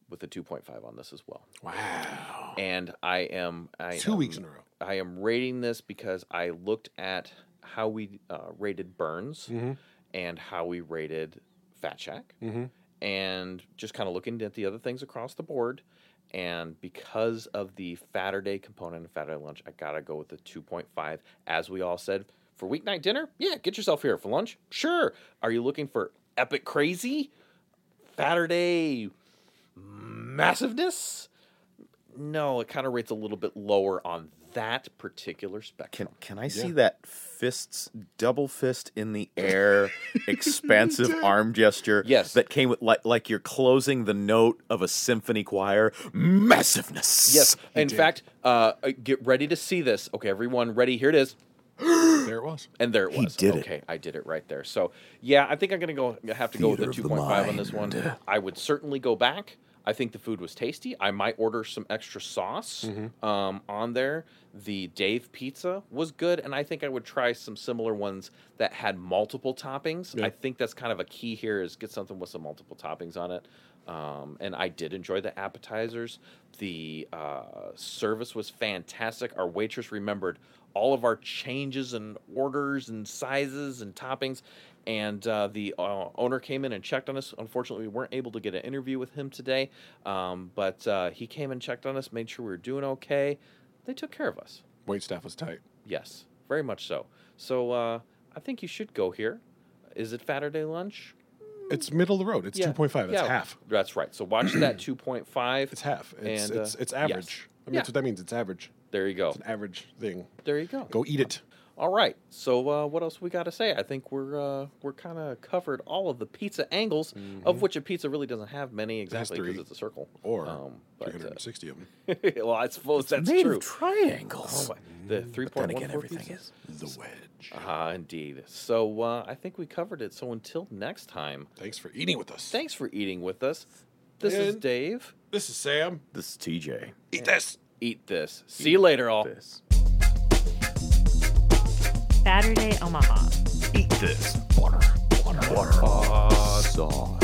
with a 2.5 on this as well.
Wow.
And I am I
Two
am-
weeks in a row.
I am rating this because I looked at how we uh, rated Burns and how we rated Fat Shack, and just kind of looking at the other things across the board. And because of the Saturday component of Saturday lunch, I gotta go with the 2.5. As we all said, for weeknight dinner, yeah, get yourself here. For lunch, sure. Are you looking for epic crazy Saturday massiveness? No, it kind of rates a little bit lower on that particular
Can
spectrum.
can I see that fists double fist in the air expansive arm gesture?
Yes.
That came with like like you're closing the note of a symphony choir. Massiveness.
Yes. In fact, uh, uh, get ready to see this. Okay, everyone, ready? Here it is.
There it was.
And there it was.
did it.
okay, I did it right there. So, yeah, I think I'm gonna go. Have to go with a
Theater of the
2.5 on this one. I would certainly go back. I think the food was tasty. I might order some extra sauce
Mm-hmm.
um, on there. The Dave pizza was good, and I think I would try some similar ones that had multiple toppings. I think that's kind of a key here: is get something with some multiple toppings on it. Um, and I did enjoy the appetizers. The uh, service was fantastic. Our waitress remembered all of our changes and orders and sizes and toppings. And uh, the uh, owner came in and checked on us. Unfortunately, we weren't able to get an interview with him today, um, but uh, he came and checked on us, made sure we were doing okay. They took care of us.
Wait staff was tight.
Yes, very much so. So uh, I think you should go here. Is it Saturday lunch?
It's middle of the road. It's
Yeah,
two point five. It's
yeah,
half.
That's right. So watch that 2.5.
It's half. It's
And, uh,
it's, it's
yes.
average. I mean, that's
Yeah.
what that means. It's average.
there you go.
It's an average thing.
There you go.
Go eat it.
All right. So uh, what else we got to say? I think we're uh, we're kind of covered all of the pizza angles,
Mm-hmm.
of which a pizza really doesn't have many
has
exactly because
three.
it's a circle.
Or
um, but, uh,
360 of them.
well, I suppose that's
Made
true.
of triangles.
Oh, my- the three
then
point one
again,
four
everything
pizzas.
is.
The wedge.
Ah, indeed. So uh, I think we covered it. So until next time,
Thanks for eating with us.
thanks for eating with us. This is
And-
Dave.
This is Sam.
This is TJ.
Eat this.
Eat this. See you later, all.
This.
Saturday Omaha.
Eat this. Water. Water. Water. Awesome.